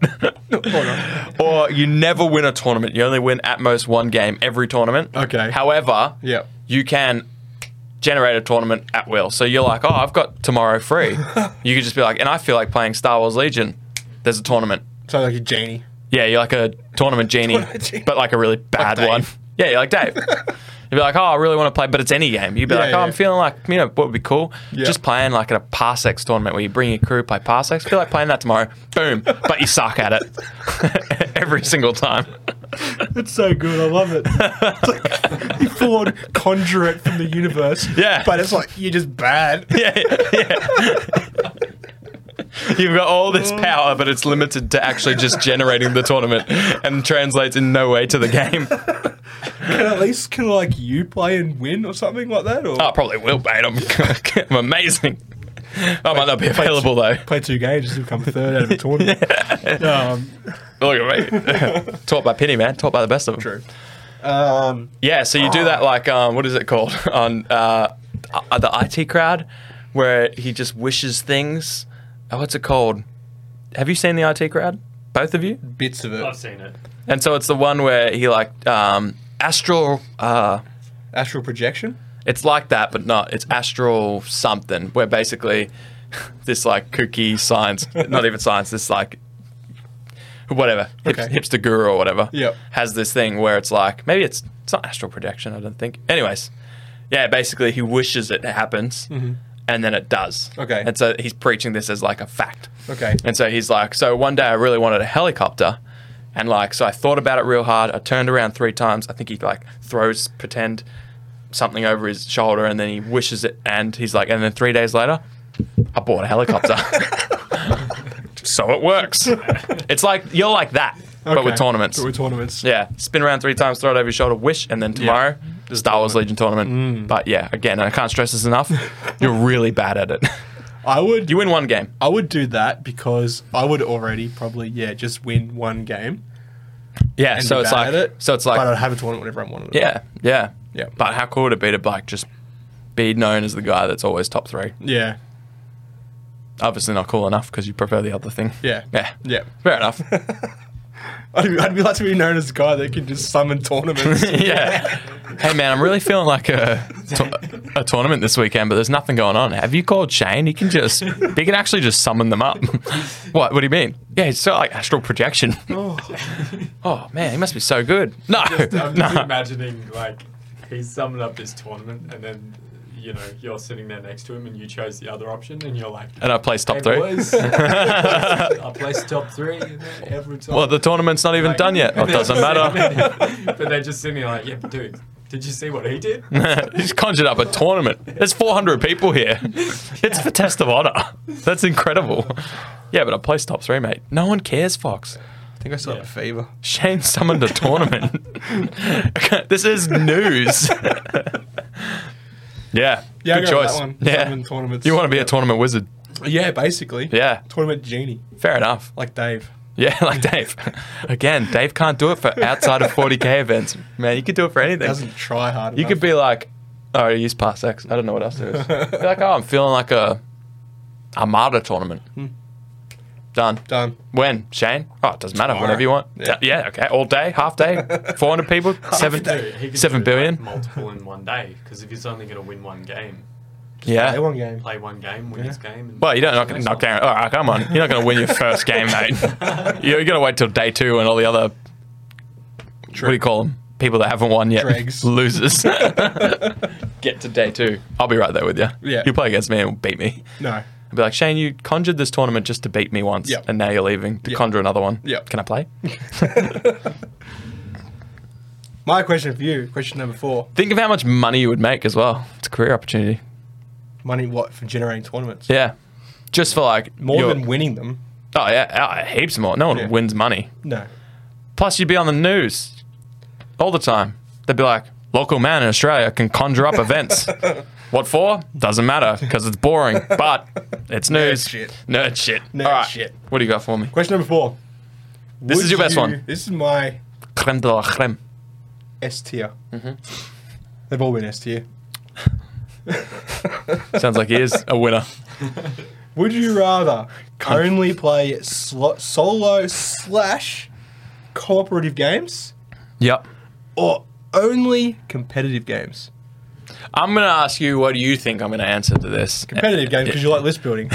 Hold on.
or you never win a tournament. You only win at most one game every tournament.
Okay.
However,
Yeah.
you can generate a tournament at will. So you're like, oh, I've got tomorrow free. you could just be like, and I feel like playing Star Wars Legion. There's a tournament.
So, like a genie.
Yeah, you're like a tournament genie,
Tournament genie.
but like a really bad
Dave.
one. Yeah, you're like Dave. You'd be like, oh, I really want to play, but it's any game. You'd be
Yeah,
like, oh,
yeah.
I'm feeling like, you know, what would be cool?
Yeah.
Just playing like at a Parsecs tournament where you bring your crew, play Parsecs. feel like playing that tomorrow. Boom. But you suck at it every single time.
It's so good. I love it. It's like you forward conjure it from the universe.
Yeah.
But it's like, you're just bad.
yeah, yeah. You've got all this power, but it's limited to actually just generating the tournament and translates in no way to the game.
Can at least, can like you play and win or something like that? Or
Oh, I probably will, mate. I'm, I'm amazing. I might not be available though.
play two games and come third out of a tournament? um,
Look at me. Taught by Penny, man. Taught by the best of them.
true. Um,
Yeah, so you do that like um, what is it called on uh, uh, the IT crowd, where he just wishes things. Oh, what's it called? Have you seen the IT crowd? Both of you?
bits of
I've
it.
seen it.
And so it's the one where he like um, astral. Uh,
Astral projection?
it's like that, but not. It's astral something, where basically this like kooky science, not even science, this like whatever hip,
Okay.
hipster guru or whatever
Yep.
has this thing where it's like maybe it's it's not astral projection. I don't think. Anyways, yeah, basically he wishes it happens. And then it does.
Mm-hmm. Okay.
And so he's preaching this as like a fact.
Okay.
And so he's like, so one day I really wanted a helicopter. And like, so I thought about it real hard. I turned around three times. I think he like throws pretend something over his shoulder and then he wishes it. And he's like, and then three days later, I bought a helicopter. so it works. It's like, you're like that, but with
Okay.
tournaments.
But with tournaments.
yeah. Spin around three times, throw it over your shoulder, wish, and then tomorrow. Star Wars Legion tournament.
Mm.
But yeah, again, I can't stress this enough. You're really bad at it.
I would
You win one game.
I would do that because I would already probably, yeah, just win one game.
Yeah,
and
so
be
it's
bad
like
at it,
so it's like
but I'd have a tournament whenever I wanted it.
yeah, yeah,
Yeah.
But how cool would it be to like just be known as the guy that's always top three?
Yeah.
Obviously not cool enough because you prefer the other thing.
Yeah.
yeah,
Yeah.
Fair enough.
I'd be, I'd be like to be known as the guy that can just summon tournaments.
yeah. Hey man, I'm really feeling like a tou- a tournament this weekend, but there's nothing going on. Have you called Shane? He can just he can actually just summon them up. what? What do you mean? Yeah, it's sort of like astral projection.
Oh.
oh man, he must be so good. No,
I'm just
no.
imagining like he's summoned up this tournament, and then you know you're sitting there next to him, and you chose the other option, and you're like,
And I placed top
"Hey,
three.
boys, I placed top three and then every time."
Well, the tournament's not even
Like-
done yet. Well, it doesn't matter.
but they're just sitting there like, "Yeah, dude, did you see what he did?"
He's conjured up a tournament. There's 400 people here. It's a test of honor. That's incredible. Yeah, but I placed top three, mate. No one cares, Fox.
I think I still
Yeah.
have a fever.
Shane summoned a tournament. this is news. yeah,
Yeah, I
good
go with
choice.
that one.
Yeah,
Summon tournaments.
you want to be a tournament wizard.
Yeah, basically.
Yeah,
Tournament genie,
fair enough.
like Dave.
Yeah, like Dave. Again, Dave can't do it for outside of 40k events. Man, you could do it for anything.
Doesn't try hard.
You could be like, oh, I use past X. I don't know what else there is. be like, oh, I'm feeling like a Armada tournament. Done.
Hmm. Done.
When? Shane? Oh, it doesn't matter.
Tomorrow.
Whatever you want.
Yeah.
Yeah. okay. All day, half day, 400 people, seven,
Dude, he could
seven
do, like,
billion.
multiple in one day because if he's only going to win one game,
Play
Yeah.
one game.
play one game, win his game. And
Well, you're not going to knock out. All right, come on. You're not going to win your first game, mate. You're going to wait till day two and all the other, what do you call them? People that haven't won yet.
Dregs.
Losers. Get to day two. I'll be right there with you.
Yeah.
You'll play against me and beat me.
No.
I'd be like, Shane, you conjured this tournament just to beat me once,
Yep.
and now you're leaving to
Yep.
conjure another one.
Yep.
Can I play?
My question for you, question number four.
Think of how much money you would make as well. It's a career opportunity.
Money what for generating tournaments?
Yeah. Just for like
More
your-
than winning them.
oh yeah, oh, heaps more. No one
Yeah.
wins money.
No.
Plus, you'd be on the news all the time. They'd be like, local man in Australia can conjure up events. what for? Doesn't matter because it's boring, but it's news.
shit.
Nerd shit.
Nerd
All right.
shit.
What do you got for me?
Question number four.
This is
Would
your best
you-
one.
This is my
Creme de la creme.
S tier.
Mm-hmm.
They've all been S tier.
Sounds like he is a winner.
Would you rather only play slo- solo slash cooperative games
Yep.
or only competitive games?
I'm going to ask you what you think I'm going to answer to this.
Competitive games because you like list building.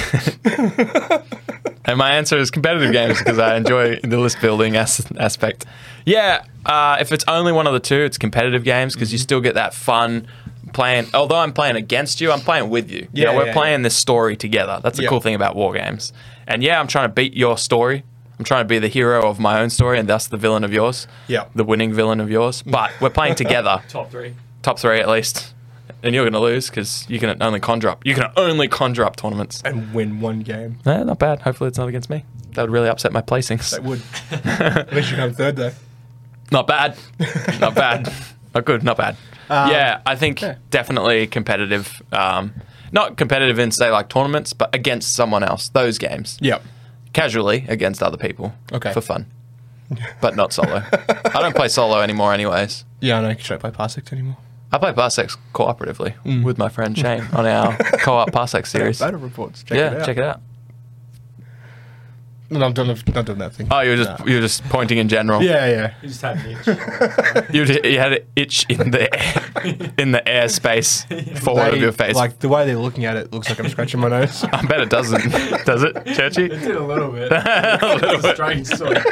And my answer is competitive games because I enjoy the list building as- aspect. Yeah, uh, if it's only one of the two, it's competitive games because
Mm-hmm.
you still get that fun playing. Although I'm playing against you, I'm playing with you. Yeah,
Yeah,
we're
yeah,
playing this story together. That's the
Yeah.
cool thing about war games. And yeah, I'm trying to beat your story. I'm trying to be the hero of my own story and thus the villain of yours.
Yeah.
The winning villain of yours. But we're playing together,
top three.
top three at least. And you're going to lose because you can only conjure up. You can only conjure up tournaments.
and win one game.
No, not bad. Hopefully, it's not against me. That would really upset my placings.
That would. At least you come third though.
Not bad. not bad. Not good. Not bad. yeah, I think definitely competitive. Um, not competitive in say like tournaments, but against someone else. Those games,
Yep.
casually against other people.
Okay.
for fun, but not solo. I don't play solo anymore, anyways.
Yeah, I know. 'cause You don't play Parsecs anymore.
I play Parsecs cooperatively with my friend Shane on our co-op Parsec series.
Battle reports. Check
yeah,
it out.
check it out.
No, I'm done. Not doing that thing.
Oh, you were just you were just pointing in general.
yeah, yeah.
He just had an itch.
You, you had an itch in the air, in the air space forward
They-
of your face.
Like the way they're looking at it looks like I'm scratching my nose.
I bet it doesn't. Does it, Churchy?
It did a little bit. It was a strange sort of-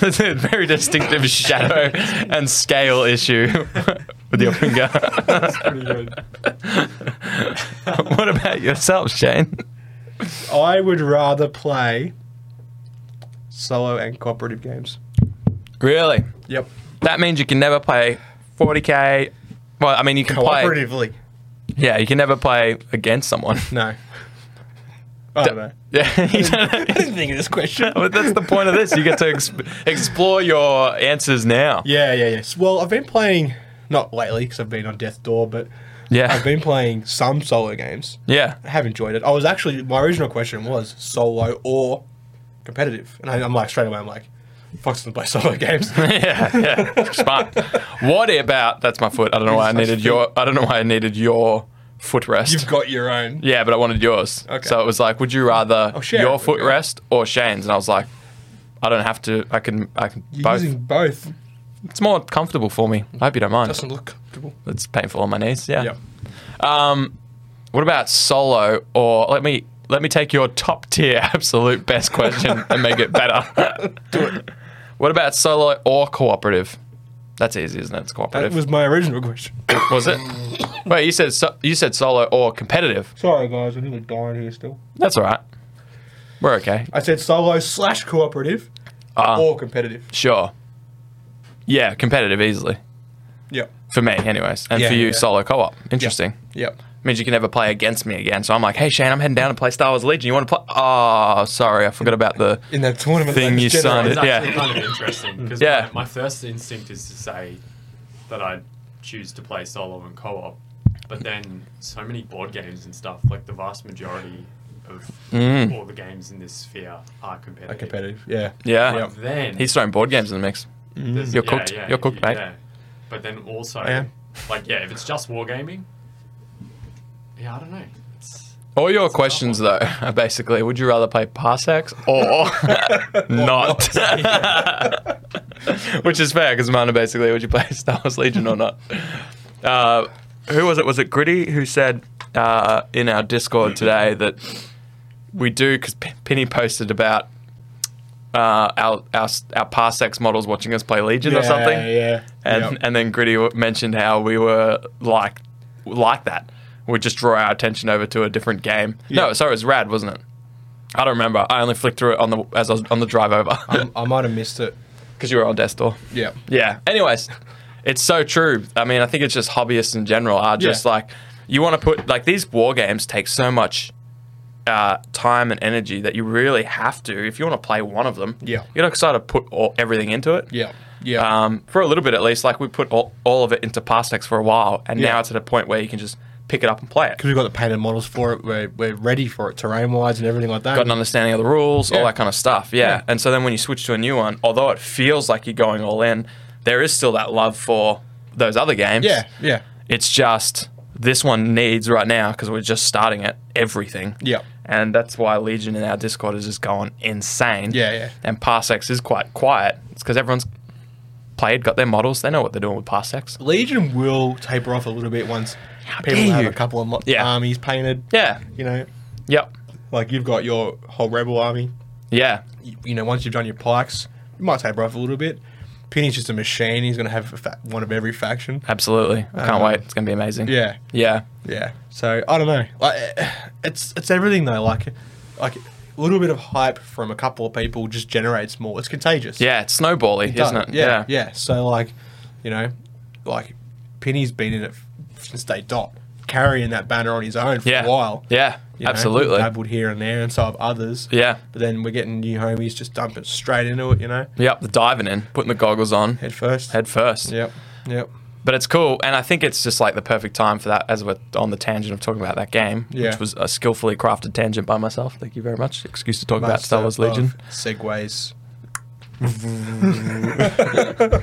That's a very distinctive shadow and scale issue with your finger.
It's pretty good.
what about yourself, Shane?
I would rather play solo and cooperative games.
Really?
Yep.
That means you can never play 40k. Well, I mean, you can play.
Cooperatively.
Yeah, you can never play against someone.
No. I don't know.
Yeah, you don't-
didn't think of this question.
but that's the point of this. You get to ex- explore your answers now.
Yeah, yeah, yes. Well, I've been playing not lately because I've been on death door, but
Yeah.
I've been playing some solo games.
Yeah.
I have enjoyed it. I was actually my original question was solo or competitive, and I, I'm like straight away I'm like, Fox doesn't play solo games.
yeah, yeah. Smart. What about that's my foot. I don't know why I needed your I don't know why I needed your footrest.
You've got your own.
yeah, but I wanted yours.
Okay.
So it was like, would you rather
share
your
it with me.
footrest or Shane's? And I was like, I don't have to I can I can
You're
both.
using both.
it's more comfortable for me. I hope you don't mind.
Doesn't look comfortable.
it's painful on my knees. Yeah.
Yeah.
Um what about solo or let me let me take your top tier absolute best question and make it better. Do it. What about solo or cooperative? That's easy, isn't it? It's cooperative.
That was my original question.
Was it? Wait, you said so, you said solo or competitive.
Sorry guys, I think we're dying here still.
That's all right. We're okay.
I said solo slash cooperative
Uh,
or competitive.
sure. Yeah, competitive easily
Yep.
for me, anyways, and
Yeah,
for you,
yeah.
solo co-op. Interesting.
Yep.
Means you can never play against me again. So I'm like, hey Shane, I'm heading down to play Star Wars Legion. You want to play? Oh, sorry, I forgot about the.
In that tournament
Thing
that
you
just
signed
It's
generated-
it. Yeah.
actually kind of interesting because
Yeah.
my, my first instinct is to say that I choose to play solo and co-op, but then so many board games and stuff, like the vast majority of
Mm.
all the games in this sphere are
Uh,
competitive.
Competitive. Yeah.
Yeah.
But then
He's throwing board games in the mix.
there's-
You're cooked. You're cooked, mate.
But then also,
I am.
like, yeah, if it's just wargaming, yeah, I don't know. It's,
All your questions, though, are basically would you rather play Parsecs or not? Which is fair because mine are basically would you play Star Wars Legion or not? Uh, who was it? Was it Gritty who said uh, in our Discord today that we do because Penny posted about uh, our, our our Parsecs models watching us play Legion or something?
Yeah.
And
Yep.
and then Gritty w- mentioned how we were like like that. We'd just draw our attention over to a different game. No,
Yeah.
sorry, it was Rad, wasn't it? I don't remember. I only flicked through it on the as I was on the drive over
I might have missed it.
because you were on desk door.
Yeah.
Yeah. Anyways, it's so true. I mean, I think it's just hobbyists in general are just
Yeah.
like you want to put like these war games take so much uh, time and energy that you really have to if you want to play one of them.
Yeah.
you got to sort of put all, everything into it.
Yeah. Yeah.
Um, for a little bit at least, like we put all, all of it into Parsecs for a while, and
Yeah.
now it's at a point where you can just pick it up and play it.
Because we've got the painted models for it. We're, we're ready for it terrain wise and everything like that.
got an understanding of the rules, all
Yeah.
that kind of stuff. Yeah.
Yeah.
And so then when you switch to a new one, although it feels like you're going all in, there is still that love for those other games.
Yeah. Yeah.
It's just this one needs right now because we're just starting at everything.
Yeah.
And that's why Legion in our Discord is just going insane.
Yeah, yeah.
And Parsecs is quite quiet. It's because everyone's played, got their models, they know what they're doing with Parsecs.
Legion will taper off a little bit once people
dare
have
you.
a couple of mo-
Yeah.
armies painted.
Yeah.
You know,
Yep.
like you've got your whole rebel army.
Yeah.
You, you know, once you've done your pikes, you might taper off a little bit. Penny's just a machine. He's going to have a fa- one of every faction.
Absolutely. I can't
Um,
wait. It's going to be amazing.
Yeah.
Yeah.
Yeah. So I don't know. Like, eh, it's it's everything though. Like, like a little bit of hype from a couple of people just generates more. It's contagious.
Yeah. It's snowbally,
It
is
does.
isn't it?
Yeah, yeah. So like, you know, like Penny's been in it f- since day dot, carrying that banner on his own for
yeah.
a while.
Yeah,
You know,
absolutely.
dabbled here and there, and so have others.
Yeah.
But then we're getting new homies just dumping straight into it. You know,
Yep, the diving in, putting the goggles on
head first.
head first.
Yep. Yep.
But it's cool, and I think it's just like the perfect time for that as we're on the tangent of talking about that game,
Yeah.
which was a skillfully crafted tangent by myself. Thank you very much. Excuse to talk about
Master
Star Wars
of
Legion.
segues.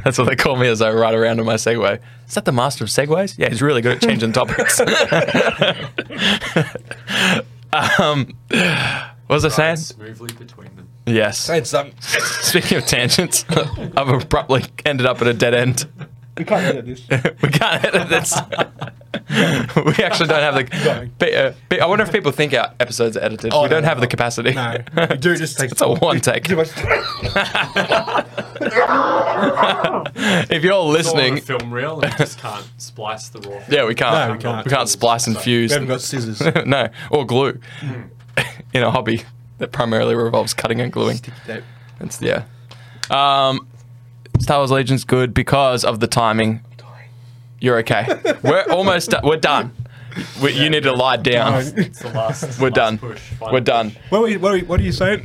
That's what they call me as I ride around on my Segway. Is that the master of Segways? Yeah, he's really good at changing topics. um, what was I saying?
smoothly between them.
Yes.
Saying something.
Speaking of tangents, I've abruptly ended up at a dead end.
We can't edit this.
we can't edit this. we actually don't have the.
Going.
But, uh, but I wonder if people think our episodes are edited. we
Oh, no,
don't
no,
have the
no.
capacity.
No, we do just take
It's a one take.
Too much.
if you're
It's all on
listening,
a film reel and you just can't splice the raw.
yeah, we can't.
No, we can't.
We can't splice and fuse.
We haven't got scissors.
no, or glue. In a hobby that primarily revolves cutting and gluing.
Nope.
It's yeah. Um, Star Wars Legion's good because of the timing. You're okay. We're almost. do- we're done. We, you need to lie down.
It's the last. it's the
We're
last
done.
Push, final
We're done.
push.
What are, we, what, are we, what are you saying?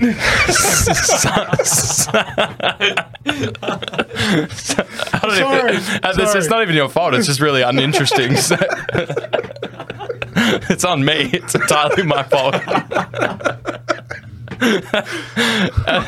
I don't
Sorry,
even- uh, this-
sorry.
It's not even your fault. It's just really uninteresting. so- it's on me. It's entirely my fault. Uh,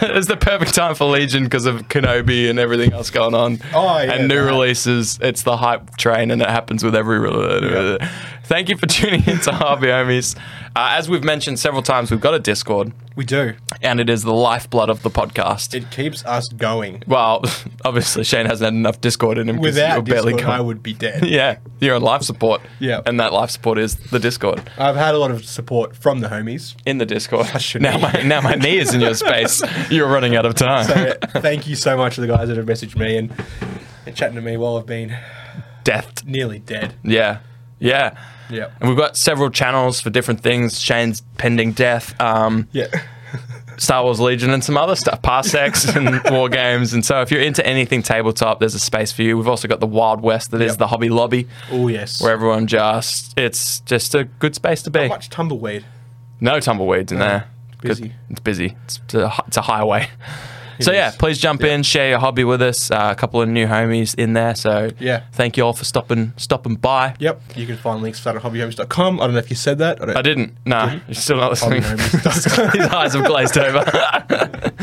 it's the perfect time for Legion because of Kenobi and everything else going on.
Oh, yeah,
and new
that.
releases. It's the hype train, and it happens with every. Re- Thank you for tuning in to Harvey Homies. Uh, as we've mentioned several times, we've got a Discord,
we do.
and it is the lifeblood of the podcast.
It keeps us going.
Well, obviously Shane hasn't had enough Discord in him because you're
Without
barely
Discord,
going.
I would be dead.
Yeah, you're on life support.
Yeah.
and that life support is the Discord
I've had a lot of support from the homies.
in the Discord.
should
Now
be.
my now my knee is in your space. You're running out of time.
So thank you so much to the guys that have messaged me and, and chatting to me while I've been
Death.
nearly dead.
Yeah, yeah.
Yeah.
And we've got several channels for different things. Shane's pending death. Um,
Yeah.
Star Wars Legion and some other stuff, Parsecs and war games. And so, if you're into anything tabletop, there's a space for you. We've also got the Wild West, that is
Yep.
the Hobby Lobby,
Oh, yes.
where everyone just it's just a good space to be.
Much tumbleweed.
No tumbleweeds in there.
busy.
'Cause It's busy. It's, it's, a, hi- it's a highway. so
It
yeah,
is.
please jump in, share your hobby with us. Uh, a couple of new homies in there. So
Yeah.
thank you all for stopping stopping by.
Yep. You can find links for that at hobbyhomies.com. I don't know if you said that. I don't
I didn't. No, you're still not listening.
Hobbyhomies.
His eyes have glazed over.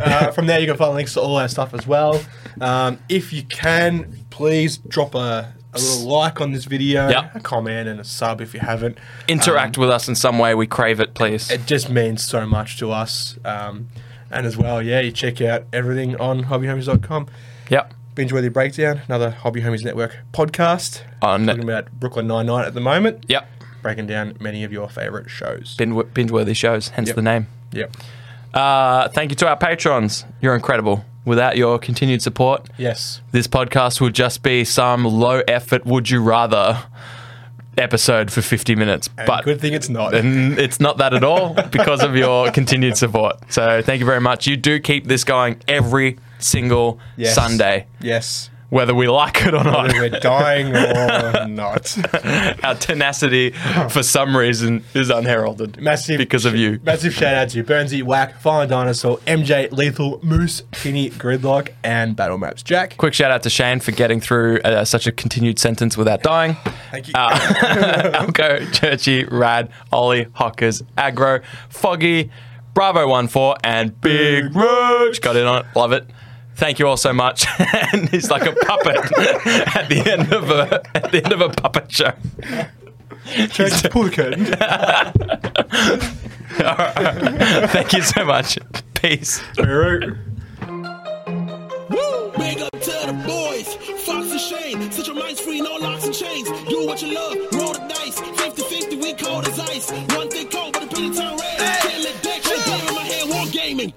Uh, from there, you can find links to all our stuff as well. Um, if you can, please drop a a little like on this video,
Yep.
a comment, and a sub if you haven't.
Interact with us in some way. We crave it, please.
It just means so much to us. Um, and as well, yeah, you check out everything on hobbyhomies.com.
yep.
Binge Worthy Breakdown, another Hobby Homies Network podcast.
On-
Talking about Brooklyn Nine-Nine at the moment.
Yep.
Breaking down many of your favourite shows.
Binge- binge-worthy shows, hence
Yep.
the name.
Yep.
Uh, thank you to our patrons. You're incredible. Without your continued support,
Yes.
this podcast would just be some low effort would you rather episode for 50 minutes.
And
but
good thing it's not.
and it's not that at all because of your continued support. So thank you very much. You do keep this going every single
Yes.
Sunday,
Yes.
whether we like it or not.
Whether we're dying or not.
Our tenacity, for some reason, is unheralded.
Massive
because of you.
Massive shout out to you, Burnsy, Whack, Fallen Dinosaur, MJ, Lethal, Moose, Tinny, Gridlock, and Battle Maps Jack.
Quick shout out to Shane for getting through uh, such a continued sentence without dying.
Thank you.
Ah. Alco, Churchy, Rad, Ollie, Hockers, Agro, Foggy, Bravo 14, and Big Roach. Got in on it. Love it. Thank you all so much. and he's like a puppet at the end of a at the end of a puppet show.
Church, pull the curtain.
All right. Thank you so much. Peace.
Woo! Big up to the boys, Fox and Shane. Set your minds free, no locks and chains. Do what you love, roll the dice. 50 50, we cold as ice. One thing cold, but the penny turn red. Can't let that go. Game in my hand, war gaming.